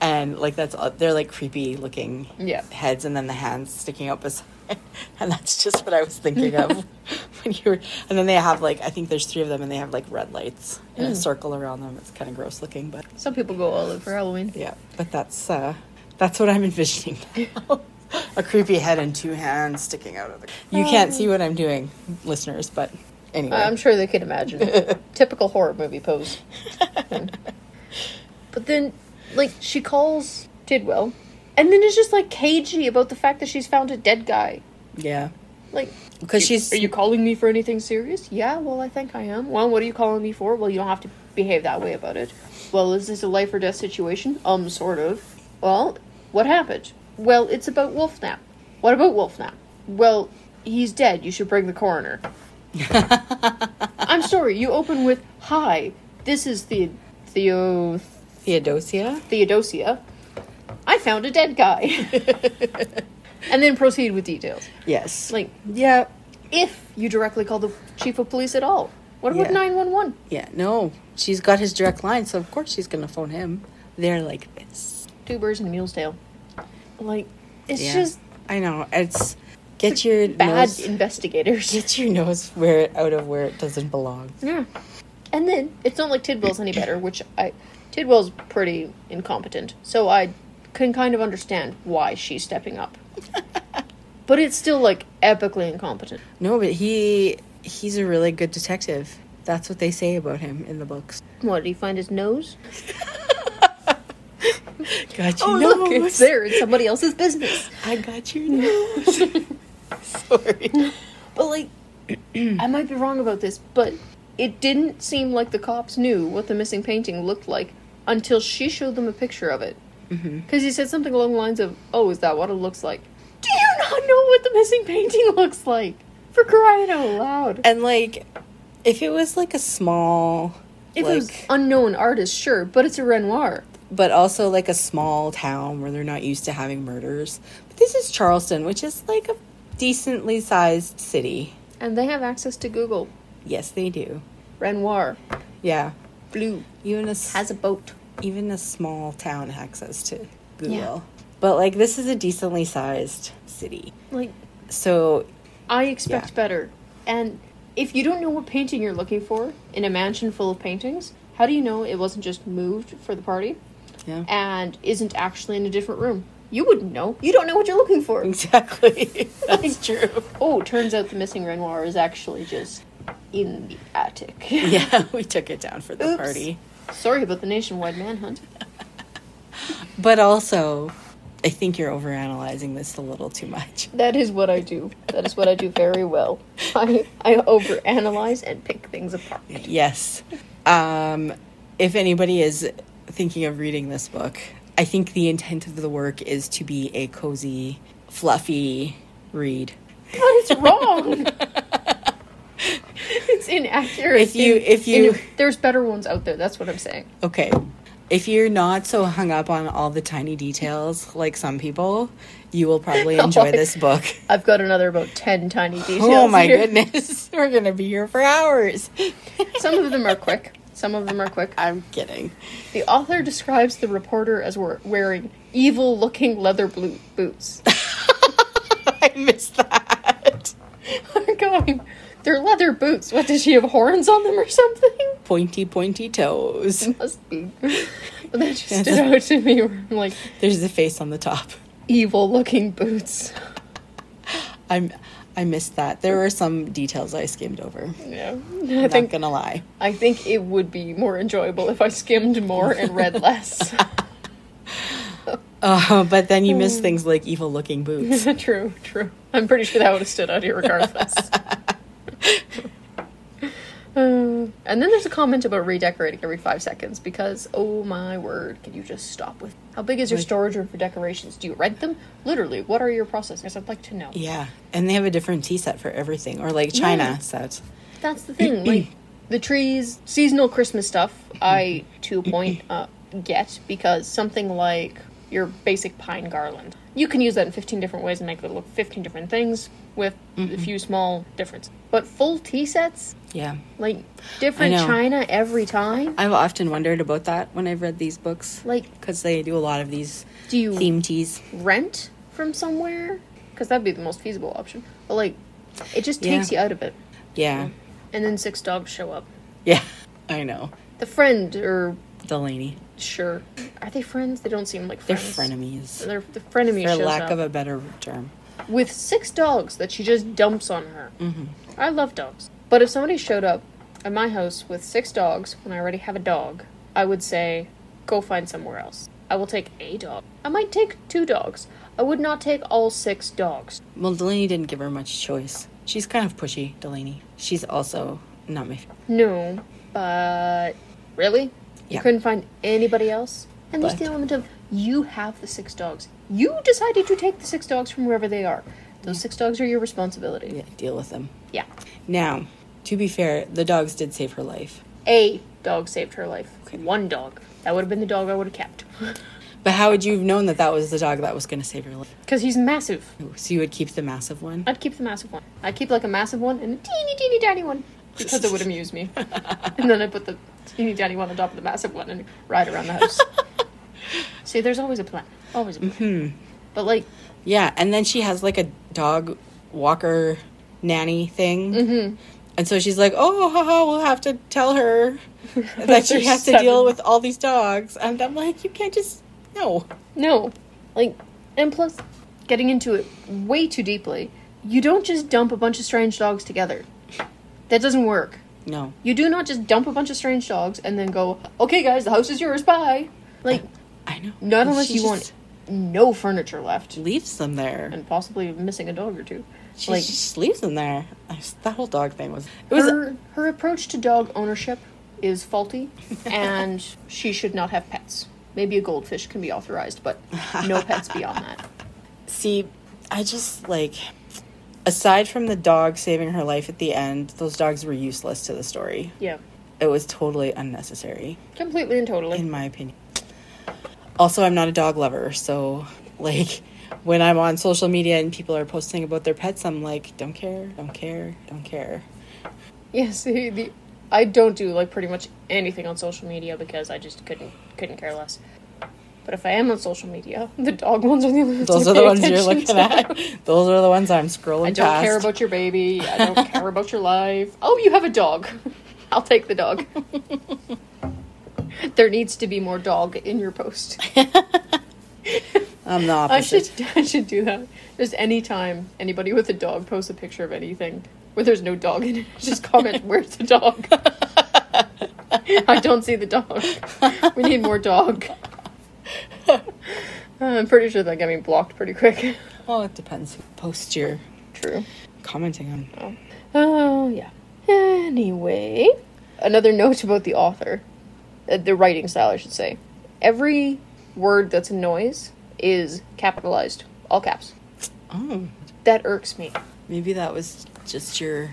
Speaker 1: And like that's all- they're like creepy looking
Speaker 2: Yeah.
Speaker 1: heads and then the hands sticking out beside. And that's just what I was thinking of when you were and then they have like I think there's three of them and they have like red lights in a circle around them. It's kind of gross looking, but
Speaker 2: Some people go all in for Halloween.
Speaker 1: yeah, but that's uh, that's what I'm envisioning now. a creepy head and two hands sticking out of the. Um. You can't see what I'm doing, listeners, but anyway.
Speaker 2: I'm sure they could imagine. Typical horror movie pose. but then, like, she calls Tidwell, and then is just, like, cagey about the fact that she's found a dead guy.
Speaker 1: yeah,
Speaker 2: Like,
Speaker 1: because
Speaker 2: "You-
Speaker 1: she's
Speaker 2: Are you calling me for anything serious? Yeah, well, I think I am. Well, what are you calling me for? Well, you don't have to behave that way about it. Well, is this a life or death situation? Um, sort of. Well, what happened? Well, it's about Wolfnap. What about Wolfnap? Well, he's dead. You should bring the coroner. I'm sorry. You open with hi. This is the Theo
Speaker 1: Theodosia.
Speaker 2: Theodosia. I found a dead guy. and then proceed with details.
Speaker 1: Yes.
Speaker 2: Like
Speaker 1: yeah,
Speaker 2: if you directly call the chief of police at all. What about
Speaker 1: Yeah.
Speaker 2: 911?
Speaker 1: yeah. No, she's got his direct line, so of course she's gonna phone him. They're like this.
Speaker 2: Two birds and a mule's tail. Like, it's
Speaker 1: Yeah.
Speaker 2: just
Speaker 1: I know. It's get your
Speaker 2: bad
Speaker 1: nose,
Speaker 2: investigators.
Speaker 1: get your nose where it, out of where it doesn't belong.
Speaker 2: Yeah. And then, it's not like Tidwell's any better, which I. Tidwell's pretty incompetent, so I can kind of understand why she's stepping up. but it's still like epically incompetent.
Speaker 1: No, but he he's a really good detective. That's what they say about him in the books.
Speaker 2: What, did he find his nose?
Speaker 1: Got your
Speaker 2: Oh,
Speaker 1: nose.
Speaker 2: look, it's there. It's somebody else's business.
Speaker 1: I got your nose. Sorry.
Speaker 2: But like, I might be wrong about this, but it didn't seem like the cops knew what the missing painting looked like until she showed them a picture of it. Because he said something along the lines of, "Oh, is that what it looks like?" Do you not know what the missing painting looks like? For crying out loud!
Speaker 1: And like, if it was like a small,
Speaker 2: if
Speaker 1: like,
Speaker 2: it was unknown artist, sure, but it's a Renoir.
Speaker 1: but also like a small town where they're not used to having murders. But this is Charleston, which is like a decently sized city.
Speaker 2: And they have access to Google.
Speaker 1: Yes, they do.
Speaker 2: Renoir.
Speaker 1: Yeah,
Speaker 2: Blue.
Speaker 1: even a s-
Speaker 2: Has a boat.
Speaker 1: even a small town access to Google.
Speaker 2: Yeah.
Speaker 1: But like, this is a decently sized city,
Speaker 2: Like,
Speaker 1: so
Speaker 2: I expect
Speaker 1: Yeah.
Speaker 2: better. And if you don't know what painting you're looking for in a mansion full of paintings, how do you know it wasn't just moved for the party
Speaker 1: yeah,
Speaker 2: and isn't actually in a different room? You wouldn't know. You don't know what you're looking for.
Speaker 1: exactly. That's true.
Speaker 2: Oh, turns out the missing Renoir is actually just in the attic.
Speaker 1: Yeah, we took it down for the
Speaker 2: Oops.
Speaker 1: party.
Speaker 2: Sorry about the nationwide manhunt.
Speaker 1: But also, I think you're overanalyzing this a little too much.
Speaker 2: That is what I do. That is what I do very well. I, I overanalyze and pick things apart.
Speaker 1: Yes. Um, if anybody is thinking of reading this book, I think the intent of the work is to be a cozy, fluffy read.
Speaker 2: But it's wrong. it's inaccurate.
Speaker 1: If you-
Speaker 2: In-
Speaker 1: if you-
Speaker 2: in- there's better ones out there. That's what I'm saying.
Speaker 1: Okay. If you're not so hung up on all the tiny details like some people, you will probably enjoy this book.
Speaker 2: I've got another about ten tiny details.
Speaker 1: Oh my
Speaker 2: here.
Speaker 1: goodness. We're going to be here for hours.
Speaker 2: Some of them are quick. Some of them are quick.
Speaker 1: I'm kidding.
Speaker 2: The author describes the reporter as we- wearing evil-looking leather blue boots.
Speaker 1: I missed that.
Speaker 2: I'm going. They're leather boots. What does she have horns on them or something?
Speaker 1: Pointy, pointy toes.
Speaker 2: Must be. But that just stood out to me. Where I'm like
Speaker 1: There's the face on the top.
Speaker 2: evil-looking boots.
Speaker 1: I'm I missed that. There were some details I skimmed over.
Speaker 2: Yeah,
Speaker 1: i
Speaker 2: I think
Speaker 1: Not gonna lie.
Speaker 2: I think it would be more enjoyable if I skimmed more and read less.
Speaker 1: Uh, but then you miss things like evil looking boots.
Speaker 2: true, true. I'm pretty sure that would have stood out here regardless. Uh, and then there's a comment about redecorating every five seconds because, oh my word, can you just stop with? How big is your storage room for decorations? Do you rent them? Literally, what are your processes? I'd like to know.
Speaker 1: Yeah, and they have a different tea set for everything, or like China
Speaker 2: Yeah.
Speaker 1: set.
Speaker 2: That's the thing. Like the trees, seasonal Christmas stuff, I to a point uh, get because something like your basic pine garland, you can use that in fifteen different ways and make it look fifteen different things with
Speaker 1: Mm-hmm.
Speaker 2: a few small differences. But full tea sets,
Speaker 1: Yeah,
Speaker 2: like different
Speaker 1: I know.
Speaker 2: china every time.
Speaker 1: I've often wondered about that when I've read these books,
Speaker 2: Like,
Speaker 1: because they do a lot of these
Speaker 2: do you
Speaker 1: theme teas.
Speaker 2: rent from somewhere? Because that'd be the most feasible option. But like, it just
Speaker 1: Yeah.
Speaker 2: takes you out of it.
Speaker 1: Yeah,
Speaker 2: And then six dogs show up.
Speaker 1: yeah, I know.
Speaker 2: The friend or
Speaker 1: Delaney,
Speaker 2: Sure. Are they friends? They don't seem like
Speaker 1: they're
Speaker 2: friends.
Speaker 1: frenemies,
Speaker 2: They're the frenemy
Speaker 1: for
Speaker 2: shows
Speaker 1: lack
Speaker 2: up
Speaker 1: of a better term.
Speaker 2: with six dogs that she just dumps on her.
Speaker 1: Mm-hmm.
Speaker 2: I love dogs, but if somebody showed up at my house with six dogs when I already have a dog, I would say, "Go find somewhere else." I will take a dog. I might take two dogs. I would not take all six dogs.
Speaker 1: Well, Delaney didn't give her much choice. She's kind of pushy, Delaney. She's also not my. favorite.
Speaker 2: No, but really, you
Speaker 1: Yeah.
Speaker 2: couldn't find anybody else. And there's
Speaker 1: But-
Speaker 2: the element of you have the six dogs. You decided to take the six dogs from wherever they are. Those six dogs are your responsibility.
Speaker 1: Yeah, deal with them.
Speaker 2: Yeah.
Speaker 1: Now, to be fair, the dogs did save her life.
Speaker 2: A dog saved her life. One dog. That would have been the dog I would have kept.
Speaker 1: But how would you have known that that was the dog that was going to save your life?
Speaker 2: Because he's massive.
Speaker 1: So you would keep the massive one?
Speaker 2: I'd keep the massive one. I'd keep like a massive one and a teeny, teeny, tiny one. Because it would amuse me. and then I put the teeny, tiny one on top of the massive one and ride around the house. See, there's always a plan. Always a plan.
Speaker 1: Mm-hmm.
Speaker 2: But like,
Speaker 1: Yeah, and then she has like a dog walker nanny thing. Mm-hmm. And so she's like, oh, haha, we'll have to tell her that she
Speaker 2: There's
Speaker 1: has to
Speaker 2: seven.
Speaker 1: deal with all these dogs. And I'm like, you can't just. No.
Speaker 2: No. Like, and plus, getting into it way too deeply, you don't just dump a bunch of strange dogs together. That doesn't work.
Speaker 1: No.
Speaker 2: You do not just dump a bunch of strange dogs and then go, okay, guys, the house is yours, bye. Like,
Speaker 1: I know.
Speaker 2: not
Speaker 1: And
Speaker 2: unless
Speaker 1: she
Speaker 2: you want
Speaker 1: just
Speaker 2: no furniture left
Speaker 1: leaves them there.
Speaker 2: and possibly missing a dog or two.
Speaker 1: She
Speaker 2: like-
Speaker 1: just leaves them there. I was- That whole dog thing was. It was.
Speaker 2: her, her approach to dog ownership is faulty, and she should not have pets. Maybe a goldfish can be authorized, but no pets beyond that.
Speaker 1: See, I just like. Aside from the dog saving her life at the end, those dogs were useless to the story.
Speaker 2: Yeah,
Speaker 1: It was totally unnecessary,
Speaker 2: completely and totally.
Speaker 1: in my opinion. Also, I'm not a dog lover, so like when I'm on social media and people are posting about their pets, I'm like, don't care, don't care, don't care.
Speaker 2: Yes, the, the I don't do like pretty much anything on social media because I just couldn't couldn't care less. But if I am on social media, the dog ones are the only ones.
Speaker 1: Those
Speaker 2: I
Speaker 1: are the
Speaker 2: pay
Speaker 1: ones you're
Speaker 2: attention
Speaker 1: looking
Speaker 2: to.
Speaker 1: at. Those are the ones I'm scrolling
Speaker 2: I don't
Speaker 1: past.
Speaker 2: care about your baby. I don't care about your life. Oh, you have a dog. I'll take the dog. there needs to be more dog in your post.
Speaker 1: I'm the opposite.
Speaker 2: I should I should do that. Just any time anybody with a dog posts a picture of anything where there's no dog in it, just comment, "Where's the dog?" I don't see the dog. We need more dog. I'm pretty sure that got me blocked pretty quick.
Speaker 1: Well, it depends who posts you're
Speaker 2: True.
Speaker 1: commenting on.
Speaker 2: Oh, yeah. Anyway, another note about the author, uh, the writing style, I should say. Every word that's a noise is capitalized, all caps.
Speaker 1: Oh,
Speaker 2: That irks me.
Speaker 1: maybe that was just your.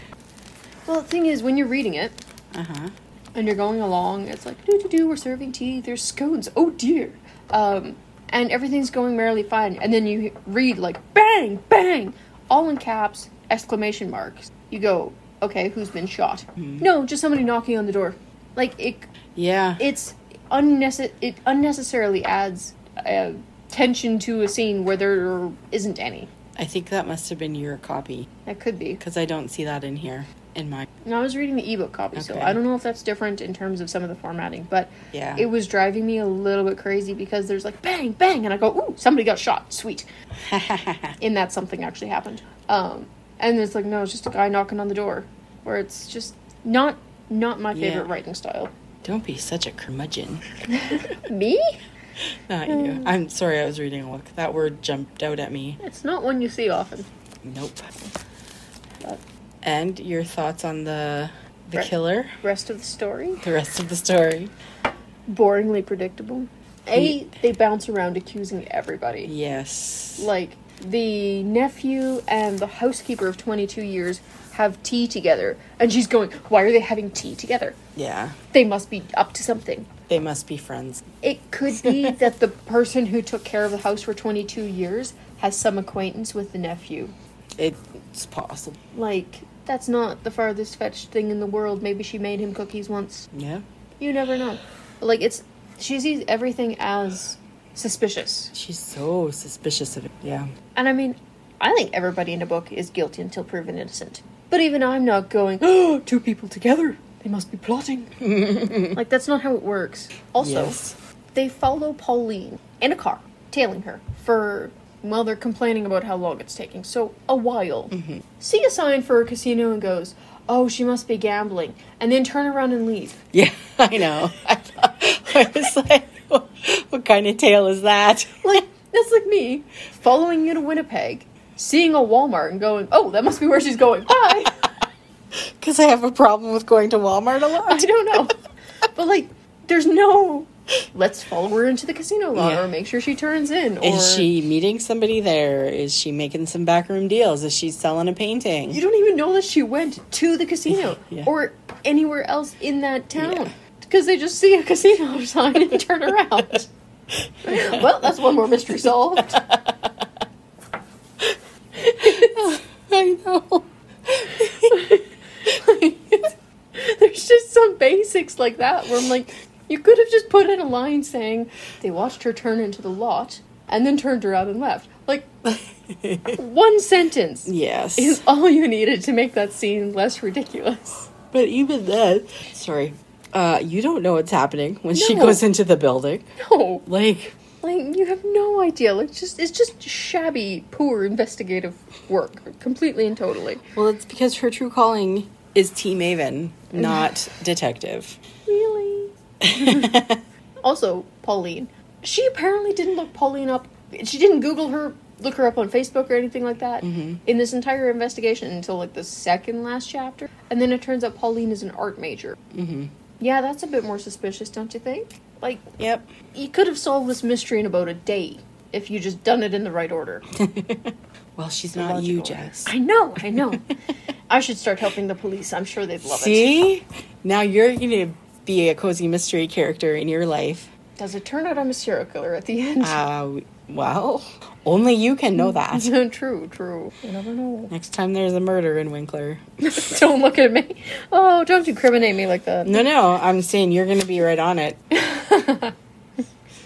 Speaker 2: Well, the thing is, when you're reading it
Speaker 1: Uh huh.
Speaker 2: and you're going along, it's like, doo doo doo, we're serving tea, there's scones, oh dear. Um, and everything's going merrily fine. And then you he- read, like, bang, bang, all in caps, exclamation marks. You go, okay, who's been shot? No, just somebody knocking on the door. Like, it,
Speaker 1: Yeah.
Speaker 2: it's unnecess- it unnecessarily adds uh, tension to a scene where there isn't any.
Speaker 1: I think that must have been your copy
Speaker 2: That could be.
Speaker 1: because I don't see that in here in my.
Speaker 2: No, I was reading the ebook copy, so
Speaker 1: Okay.
Speaker 2: I don't know if that's different in terms of some of the formatting, but
Speaker 1: Yeah.
Speaker 2: it was driving me a little bit crazy because there's like bang, bang, and I go, ooh, somebody got shot, sweet. and that something actually happened. Um, and it's like, no, it's just a guy knocking on the door, where it's just not not my
Speaker 1: Yeah.
Speaker 2: favorite writing style.
Speaker 1: Don't be such a curmudgeon.
Speaker 2: Me?
Speaker 1: Not you. I'm sorry. I was reading a book. That word jumped out at me.
Speaker 2: It's not one you see often.
Speaker 1: Nope.
Speaker 2: But
Speaker 1: And your thoughts on the the
Speaker 2: Right.
Speaker 1: killer?
Speaker 2: rest of the story.
Speaker 1: The rest of the story.
Speaker 2: boringly predictable. A, they bounce around accusing everybody.
Speaker 1: Yes.
Speaker 2: Like, the nephew and the housekeeper of 22 years have tea together, and she's going, Why are they having tea together?
Speaker 1: yeah.
Speaker 2: They must be up to something.
Speaker 1: They must be friends.
Speaker 2: It could be that the person who took care of the house for 22 years has some acquaintance with the nephew.
Speaker 1: It's possible.
Speaker 2: Like, that's not the farthest fetched thing in the world. Maybe she made him cookies once.
Speaker 1: Yeah.
Speaker 2: You never know. Like, it's. She sees everything as suspicious.
Speaker 1: She's so suspicious of it. Yeah.
Speaker 2: And I mean, I think everybody in a book is guilty until proven innocent. But even I'm not going, oh, two people together. They must be plotting. like, that's not how it works. Also,
Speaker 1: Yes.
Speaker 2: they follow Pauline in a car, tailing her for, well, they're complaining about how long it's taking. So, a while. See a sign for a casino and goes, oh, she must be gambling. And then turn around and leave.
Speaker 1: Yeah, I know. I, thought- I was like, what, kind of tale is that?
Speaker 2: Like, that's like me following you to Winnipeg, seeing a Walmart and going, oh, that must be where she's going. Bye.
Speaker 1: Because I have a problem with going to Walmart a
Speaker 2: I
Speaker 1: lot.
Speaker 2: don't know. but like, there's no. Let's follow her into the casino lot,
Speaker 1: Yeah.
Speaker 2: or make sure she turns in, or
Speaker 1: Is she meeting somebody there? Is she making some backroom deals? Is she selling a painting?
Speaker 2: You don't even know that she went to the casino
Speaker 1: Yeah.
Speaker 2: or anywhere else in that
Speaker 1: Yeah.
Speaker 2: town because they just see a casino sign and turn around. well, that's one more mystery solved.
Speaker 1: I know.
Speaker 2: There's just some basics like that where I'm like, you could have just put in a line saying they watched her turn into the lot and then turned around and left. Like one sentence.
Speaker 1: yes.
Speaker 2: is all you needed to make that scene less ridiculous.
Speaker 1: but even then, sorry, uh, you don't know what's happening when she
Speaker 2: No.
Speaker 1: goes into the building.
Speaker 2: No.
Speaker 1: Like,
Speaker 2: Like you have no idea. Like just it's just shabby, poor investigative work, completely and totally.
Speaker 1: Well, it's because her true calling is T Maven,
Speaker 2: Mm-hmm.
Speaker 1: not detective.
Speaker 2: Really? also, Pauline. She apparently didn't look Pauline up. She didn't Google her, look her up on Facebook or anything like that in this entire investigation until like the second last chapter. And then it turns out Pauline is an art major. Mm-hmm. Yeah, that's a bit more suspicious, don't you think? Like,
Speaker 1: Yep.
Speaker 2: you could have solved this mystery in about a day if you just done it in the right order.
Speaker 1: Well, she's not you,
Speaker 2: Logical order.
Speaker 1: Jess.
Speaker 2: I know, I know. I should start helping the police. I'm sure they'd love it.
Speaker 1: See? Now you're going to be a cozy mystery character in your life.
Speaker 2: Does it turn out I'm a serial killer at the end?
Speaker 1: Uh, well, only you can know
Speaker 2: Mm-hmm.
Speaker 1: that.
Speaker 2: true, true. You never know.
Speaker 1: Next time there's a murder in Winkler.
Speaker 2: don't look at me. Oh, don't incriminate me like that.
Speaker 1: No, no, I'm saying you're going to be right on it.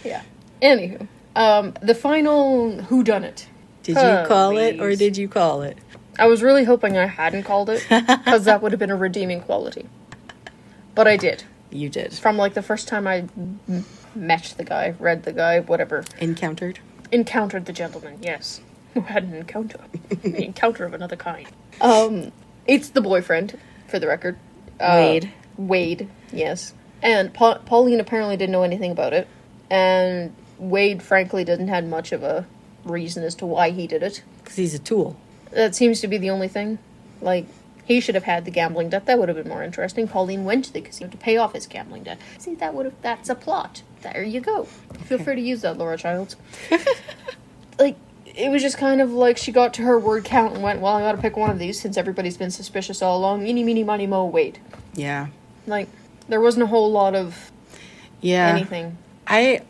Speaker 2: Yeah. Anywho, um, the final who done it.
Speaker 1: Did you
Speaker 2: Oh,
Speaker 1: call it or did you call it?
Speaker 2: I was really hoping I hadn't called it because that would have been a redeeming quality. But I did.
Speaker 1: You did.
Speaker 2: From like the first time I m- met the guy, read the guy, whatever,
Speaker 1: Encountered?
Speaker 2: encountered the gentleman. Yes, who had an encounter, an encounter of another kind. Um, it's the boyfriend, for the record. Uh,
Speaker 1: Wade.
Speaker 2: Wade, yes. And pa- Pauline apparently didn't know anything about it, and Wade frankly didn't had much of a reason as to why he did it.
Speaker 1: Because he's a tool.
Speaker 2: That seems to be the only thing. Like he should have had the gambling debt. That would have been more interesting. Pauline went to the casino to pay off his gambling debt. See, that would have. That's a plot. There you go. Feel free to use that, Laura Childs. like it was just kind of like she got to her word count and went, "Well, I got to pick one of these since everybody's been suspicious all along." Eeny, meeny, miny, mo. Wait,
Speaker 1: Yeah.
Speaker 2: like there wasn't a whole lot of
Speaker 1: Yeah.
Speaker 2: anything.
Speaker 1: I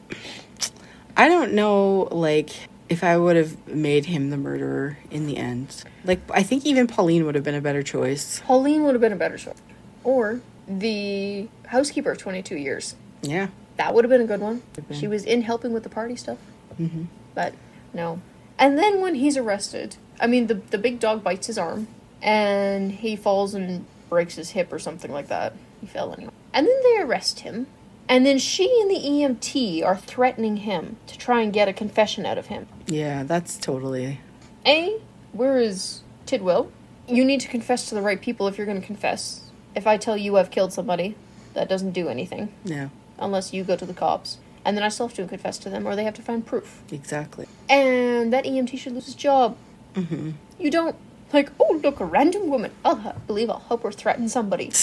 Speaker 1: I don't know like if I would have made him the murderer in the end. Like I think even Pauline would have been a better choice.
Speaker 2: Pauline would have been a better choice, or the housekeeper of twenty-two years.
Speaker 1: Yeah.
Speaker 2: That would have been a good one. She was in helping with the party stuff. Mm-hmm. But no. And then when he's arrested, I mean, the, the big dog bites his arm and he falls and breaks his hip or something like that. He fell anyway. And then they arrest him. And then she and the EMT are threatening him to try and get a confession out of him.
Speaker 1: Yeah, that's totally.
Speaker 2: A, where is Tidwell? You need to confess to the right people if you're going to confess. If I tell you I've killed somebody, that doesn't do anything
Speaker 1: No.
Speaker 2: unless you go to the cops. And then I still have to confess to them, or they have to find proof.
Speaker 1: Exactly.
Speaker 2: And that EMT should lose his job. Mm-hmm. You don't, like, oh, look, a random woman. I'll h- believe I'll help her threaten somebody.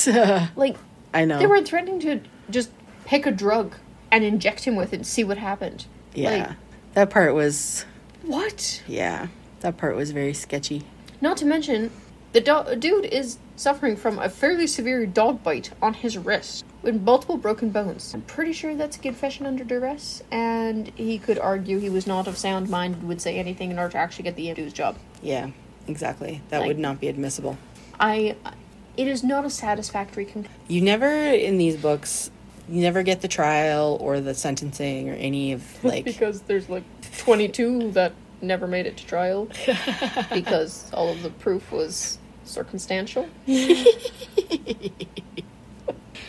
Speaker 2: Like,
Speaker 1: I know.
Speaker 2: they were threatening to just pick a drug and inject him with it and see what happened.
Speaker 1: yeah. that part was
Speaker 2: Like, what?
Speaker 1: yeah. That part was very sketchy.
Speaker 2: Not to mention, the do- dude is suffering from a fairly severe dog bite on his wrist with multiple broken bones. I'm pretty sure that's a confession under duress, and he could argue he was not of sound mind and would say anything in order to actually get the EMT's job.
Speaker 1: Yeah. Exactly. That
Speaker 2: Like-
Speaker 1: would not be admissible.
Speaker 2: I. It is not a satisfactory con-
Speaker 1: You never in these books you never get the trial or the sentencing or any of like
Speaker 2: because there's like 22 that never made it to trial because all of the proof was circumstantial.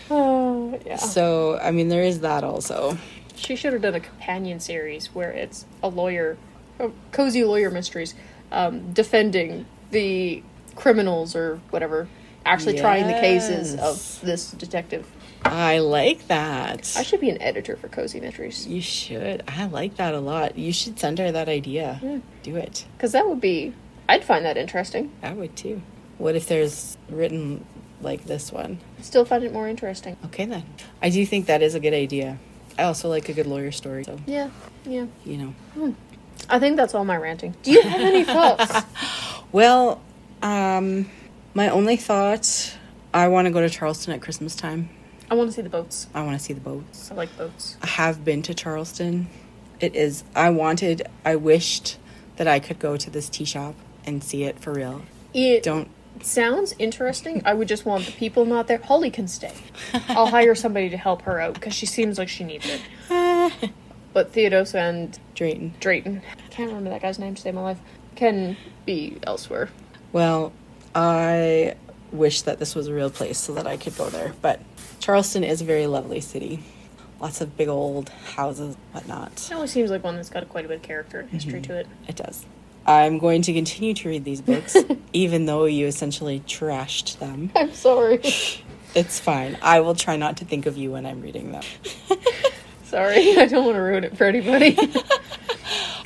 Speaker 2: Oh, yeah.
Speaker 1: so I mean there is that also.
Speaker 2: She should have done a companion series where it's a lawyer, a cozy lawyer mysteries, um, defending the criminals or whatever, actually trying the cases
Speaker 1: Yes.
Speaker 2: of this detective.
Speaker 1: I like that.
Speaker 2: I should be an editor for cozy mysteries
Speaker 1: You should. I like that a lot. You should send her that idea. Do it.
Speaker 2: because that would be. I'd find that interesting.
Speaker 1: I would too. What if there's written like this one?
Speaker 2: Still find it more interesting.
Speaker 1: Okay then. I do think that is a good idea. I also like a good lawyer story, so
Speaker 2: Yeah, yeah.
Speaker 1: you know.
Speaker 2: I think that's all my ranting. Do you have any thoughts?
Speaker 1: Well, um my only thought I want to go to Charleston at Christmas time.
Speaker 2: I want to see the boats.
Speaker 1: I want to see the boats.
Speaker 2: I like boats.
Speaker 1: I have been to Charleston. It is I wanted, I wished that I could go to this tea shop and see it for real.
Speaker 2: It
Speaker 1: Don't
Speaker 2: sounds interesting. I would just want the people not there. Holly can stay. I'll hire somebody to help her out because she seems like she needs it. But Theodos and
Speaker 1: Drayton.
Speaker 2: Drayton, I can't remember that guy's name to save my life, can be elsewhere.
Speaker 1: Well, I wish that this was a real place so that I could go there, but Charleston is a very lovely city. Lots of big old houses, whatnot.
Speaker 2: It always seems like one that's got quite a bit of character and history to it.
Speaker 1: It does. I'm going to continue to read these books, even though you essentially trashed them.
Speaker 2: I'm sorry.
Speaker 1: It's fine. I will try not to think of you when I'm reading them.
Speaker 2: sorry. I don't want to ruin it for anybody.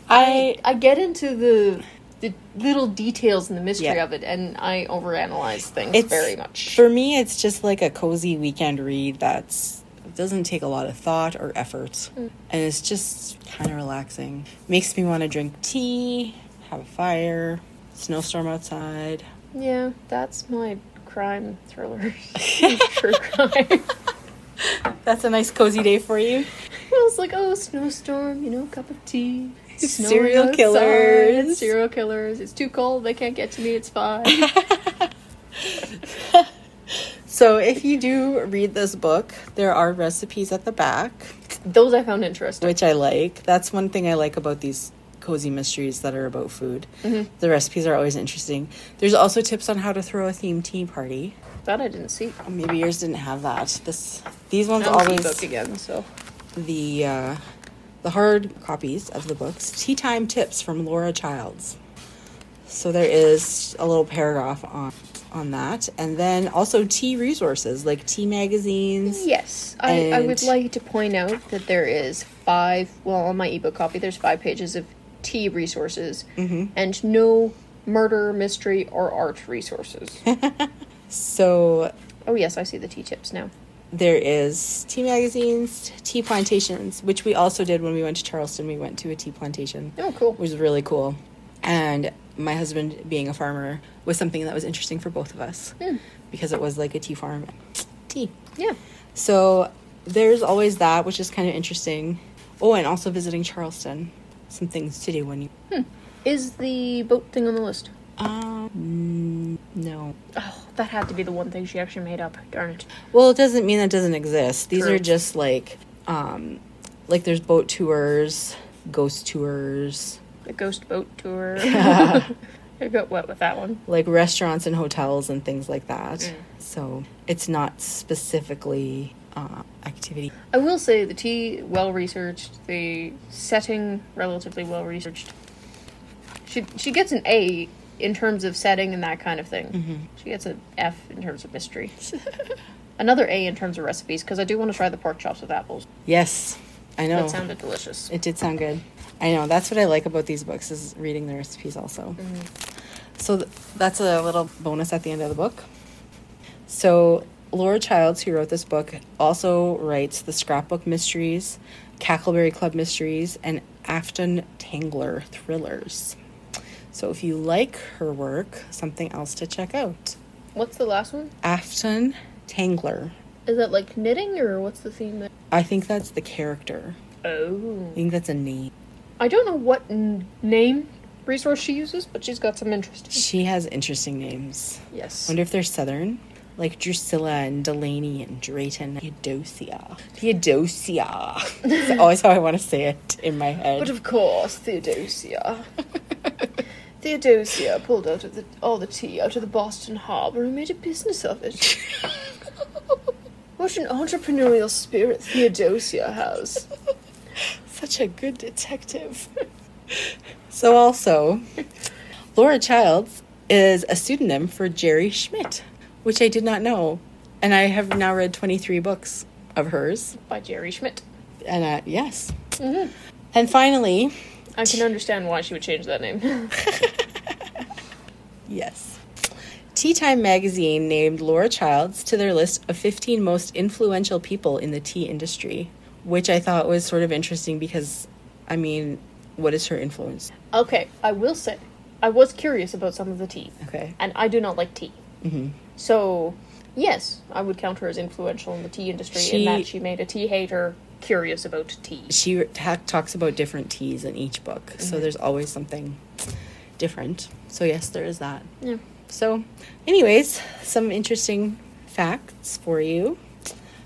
Speaker 1: I
Speaker 2: I get into the the little details and the mystery
Speaker 1: Yeah.
Speaker 2: of it and I overanalyze things
Speaker 1: It's-
Speaker 2: very much.
Speaker 1: For me, it's just like a cozy weekend read that's doesn't take a lot of thought or effort, and it's just kind of relaxing. Makes me want to drink tea, have a fire, snowstorm outside.
Speaker 2: Yeah, that's my crime thriller. True crime.
Speaker 1: That's a nice cozy day for you.
Speaker 2: I was like, oh, snowstorm, you know, cup of tea. It's snowing
Speaker 1: Serial
Speaker 2: outside,
Speaker 1: killers.
Speaker 2: Serial killers. It's too cold. They can't get to me. It's fine.
Speaker 1: So, if you do read this book, there are recipes at the back,
Speaker 2: Those I found interesting.
Speaker 1: which I like. That's one thing I like about these cozy mysteries that are about food. The recipes are always interesting. There's also tips on how to throw a themed tea party.
Speaker 2: That I didn't see.
Speaker 1: Maybe yours didn't have that. This these ones
Speaker 2: Found the book
Speaker 1: always
Speaker 2: again, so.
Speaker 1: the uh, the hard copies of the books. Tea time tips from Laura Childs. So there is a little paragraph on on that, and then also tea resources like tea magazines.
Speaker 2: Yes, I, I would
Speaker 1: And-
Speaker 2: like to point out that there is five, well, on my ebook copy, there's five pages of tea resources
Speaker 1: Mm-hmm.
Speaker 2: and no murder, mystery, or art resources.
Speaker 1: So
Speaker 2: oh, yes, I see the tea tips now.
Speaker 1: there is tea magazines, tea plantations, which we also did when we went to Charleston. We went to a tea plantation.
Speaker 2: Oh, cool.
Speaker 1: Which was really cool. And my husband being a farmer was something that was interesting for both of us because it was like a tea farm. Tea.
Speaker 2: Yeah.
Speaker 1: So there's always that, which is kind of interesting. Oh, and also visiting Charleston. Some things to do when you.
Speaker 2: Is the boat thing on the list?
Speaker 1: Um, no.
Speaker 2: Oh, that had to be the one thing she actually made up. Darn it.
Speaker 1: Well, it doesn't mean that doesn't exist. These
Speaker 2: True.
Speaker 1: are just like, um, like there's boat tours, ghost tours,
Speaker 2: The ghost boat tour. I got wet with that one.
Speaker 1: like restaurants and hotels and things like that.
Speaker 2: Mm.
Speaker 1: So it's not specifically uh, activity.
Speaker 2: I will say the tea well researched, the setting relatively well researched. She she gets an A in terms of setting and that kind of thing.
Speaker 1: Mm-hmm.
Speaker 2: She gets an F in terms of mystery. Another A in terms of recipes because I do want to try the pork chops with apples.
Speaker 1: Yes, I know.
Speaker 2: That sounded delicious.
Speaker 1: It did sound good. I know. That's what I like about these books is reading the recipes also.
Speaker 2: Mm.
Speaker 1: So th- that's a little bonus at the end of the book. So Laura Childs, who wrote this book, also writes the Scrapbook Mysteries, Cackleberry Club Mysteries, and Afton Tangler Thrillers. So if you like her work, something else to check out.
Speaker 2: What's the last one?
Speaker 1: Afton Tangler.
Speaker 2: Is that like knitting or what's the theme? That-
Speaker 1: I think that's the character.
Speaker 2: oh.
Speaker 1: I think that's a name.
Speaker 2: I don't know what n- name resource she uses, but she's got some interesting.
Speaker 1: She has interesting names.
Speaker 2: Yes.
Speaker 1: Wonder if they're southern, like Drusilla and Delaney and Drayton, Theodosia. Theodosia. That's always how I want to say it in my head.
Speaker 2: But of course, Theodosia. Theodosia pulled out of the, all the tea out of the Boston Harbor and made a business of it. what an entrepreneurial spirit Theodosia has.
Speaker 1: Such a good detective. so also, Laura Childs is a pseudonym for Jerry Schmidt, which I did not know, and I have now read twenty three books of hers.
Speaker 2: By Jerry Schmidt.
Speaker 1: And uh, yes, Mm-hmm. and finally,
Speaker 2: I can understand why she would change that name.
Speaker 1: Yes. Tea Time magazine named Laura Childs to their list of 15 most influential people in the tea industry, which I thought was sort of interesting because, I mean, what is her influence?
Speaker 2: okay, I will say, I was curious about some of the tea.
Speaker 1: Okay.
Speaker 2: And I do not like tea. So, yes, I would count her as influential in the tea industry in
Speaker 1: She-
Speaker 2: that she made a tea hater curious about tea.
Speaker 1: She ta- talks about different teas in each book, so there's always something different. So, yes, there is that.
Speaker 2: Yeah.
Speaker 1: So, anyways, some interesting facts for you.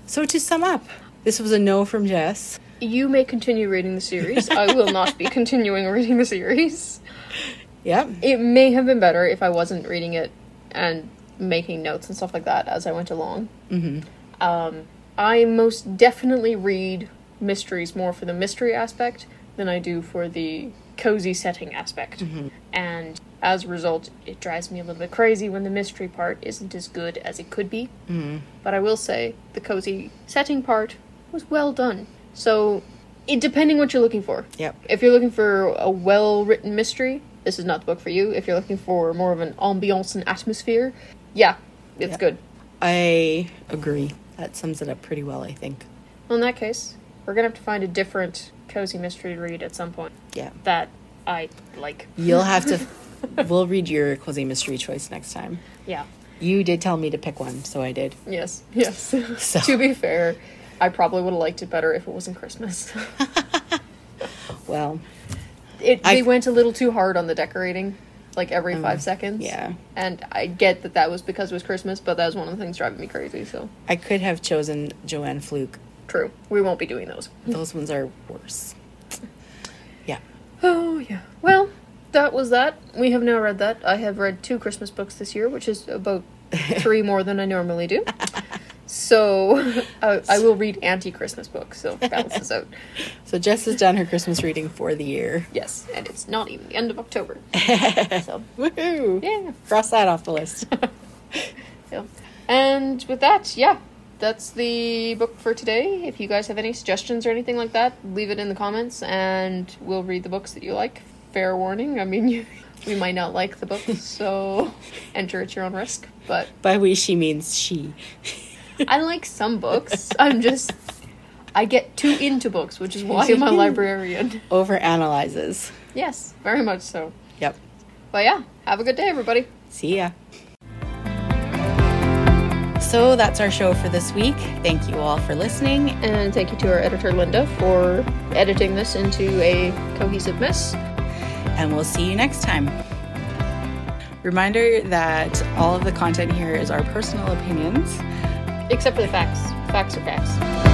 Speaker 1: So, to sum up, this was a no from Jess.
Speaker 2: You may continue reading the series. I will not be continuing reading the series.
Speaker 1: Yep.
Speaker 2: It may have been better if I wasn't reading it and making notes and stuff like that as I went along. Mm-hmm. Um, I most definitely read mysteries more for the mystery aspect than I do for the cozy setting aspect.
Speaker 1: Mm-hmm.
Speaker 2: And as a result, it drives me a little bit crazy when the mystery part isn't as good as it could be.
Speaker 1: Mm-hmm.
Speaker 2: But I will say the cozy setting part was well done. So, it, depending what you're looking for.
Speaker 1: Yep.
Speaker 2: If you're looking for a well written mystery, this is not the book for you. If you're looking for more of an ambiance and atmosphere, yeah, it's
Speaker 1: Yep.
Speaker 2: good.
Speaker 1: I agree. That sums it up pretty well, I think.
Speaker 2: Well, in that case, we're gonna have to find a different cozy mystery to read at some point
Speaker 1: Yeah.
Speaker 2: that I like.
Speaker 1: You'll have to. we'll read your cozy mystery choice next time.
Speaker 2: Yeah.
Speaker 1: You did tell me to pick one, so I did.
Speaker 2: Yes. Yes. to be fair, I probably would have liked it better if it wasn't Christmas.
Speaker 1: Well,
Speaker 2: it,
Speaker 1: I- Um,
Speaker 2: they went a little too hard on the decorating, like every five seconds.
Speaker 1: yeah.
Speaker 2: And I get that that was because it was Christmas, but that was one of the things driving me crazy. So
Speaker 1: I could have chosen Joanne Fluke.
Speaker 2: true. We won't be doing those.
Speaker 1: Those ones are worse. Yeah.
Speaker 2: Oh, yeah. Well, that was that. We have now read that. I have read two Christmas books this year, which is about three more than I normally do. So I, I will read anti Christmas books, so it balances out.
Speaker 1: So Jess has done her Christmas reading for the year.
Speaker 2: Yes, and it's not even the end of October. So,
Speaker 1: Woohoo!
Speaker 2: yeah.
Speaker 1: Cross that off the list.
Speaker 2: So, and with that, yeah, that's the book for today. If you guys have any suggestions or anything like that, leave it in the comments, and we'll read the books that you like. Fair warning, I mean, you, we might not like the book, so enter at your own risk. But
Speaker 1: By we, she means she.
Speaker 2: I like some books. I'm just, I get too into books, which is why I'm a librarian.
Speaker 1: Overanalyzes.
Speaker 2: Yes, very much so.
Speaker 1: Yep.
Speaker 2: But yeah, have a good day, everybody.
Speaker 1: See ya. So that's our show for this week. Thank you all for listening.
Speaker 2: And thank you to our editor, Linda, for editing this into a cohesive mess.
Speaker 1: and we'll see you next time. Reminder that all of the content here is our personal opinions.
Speaker 2: Except for the facts. Facts are facts.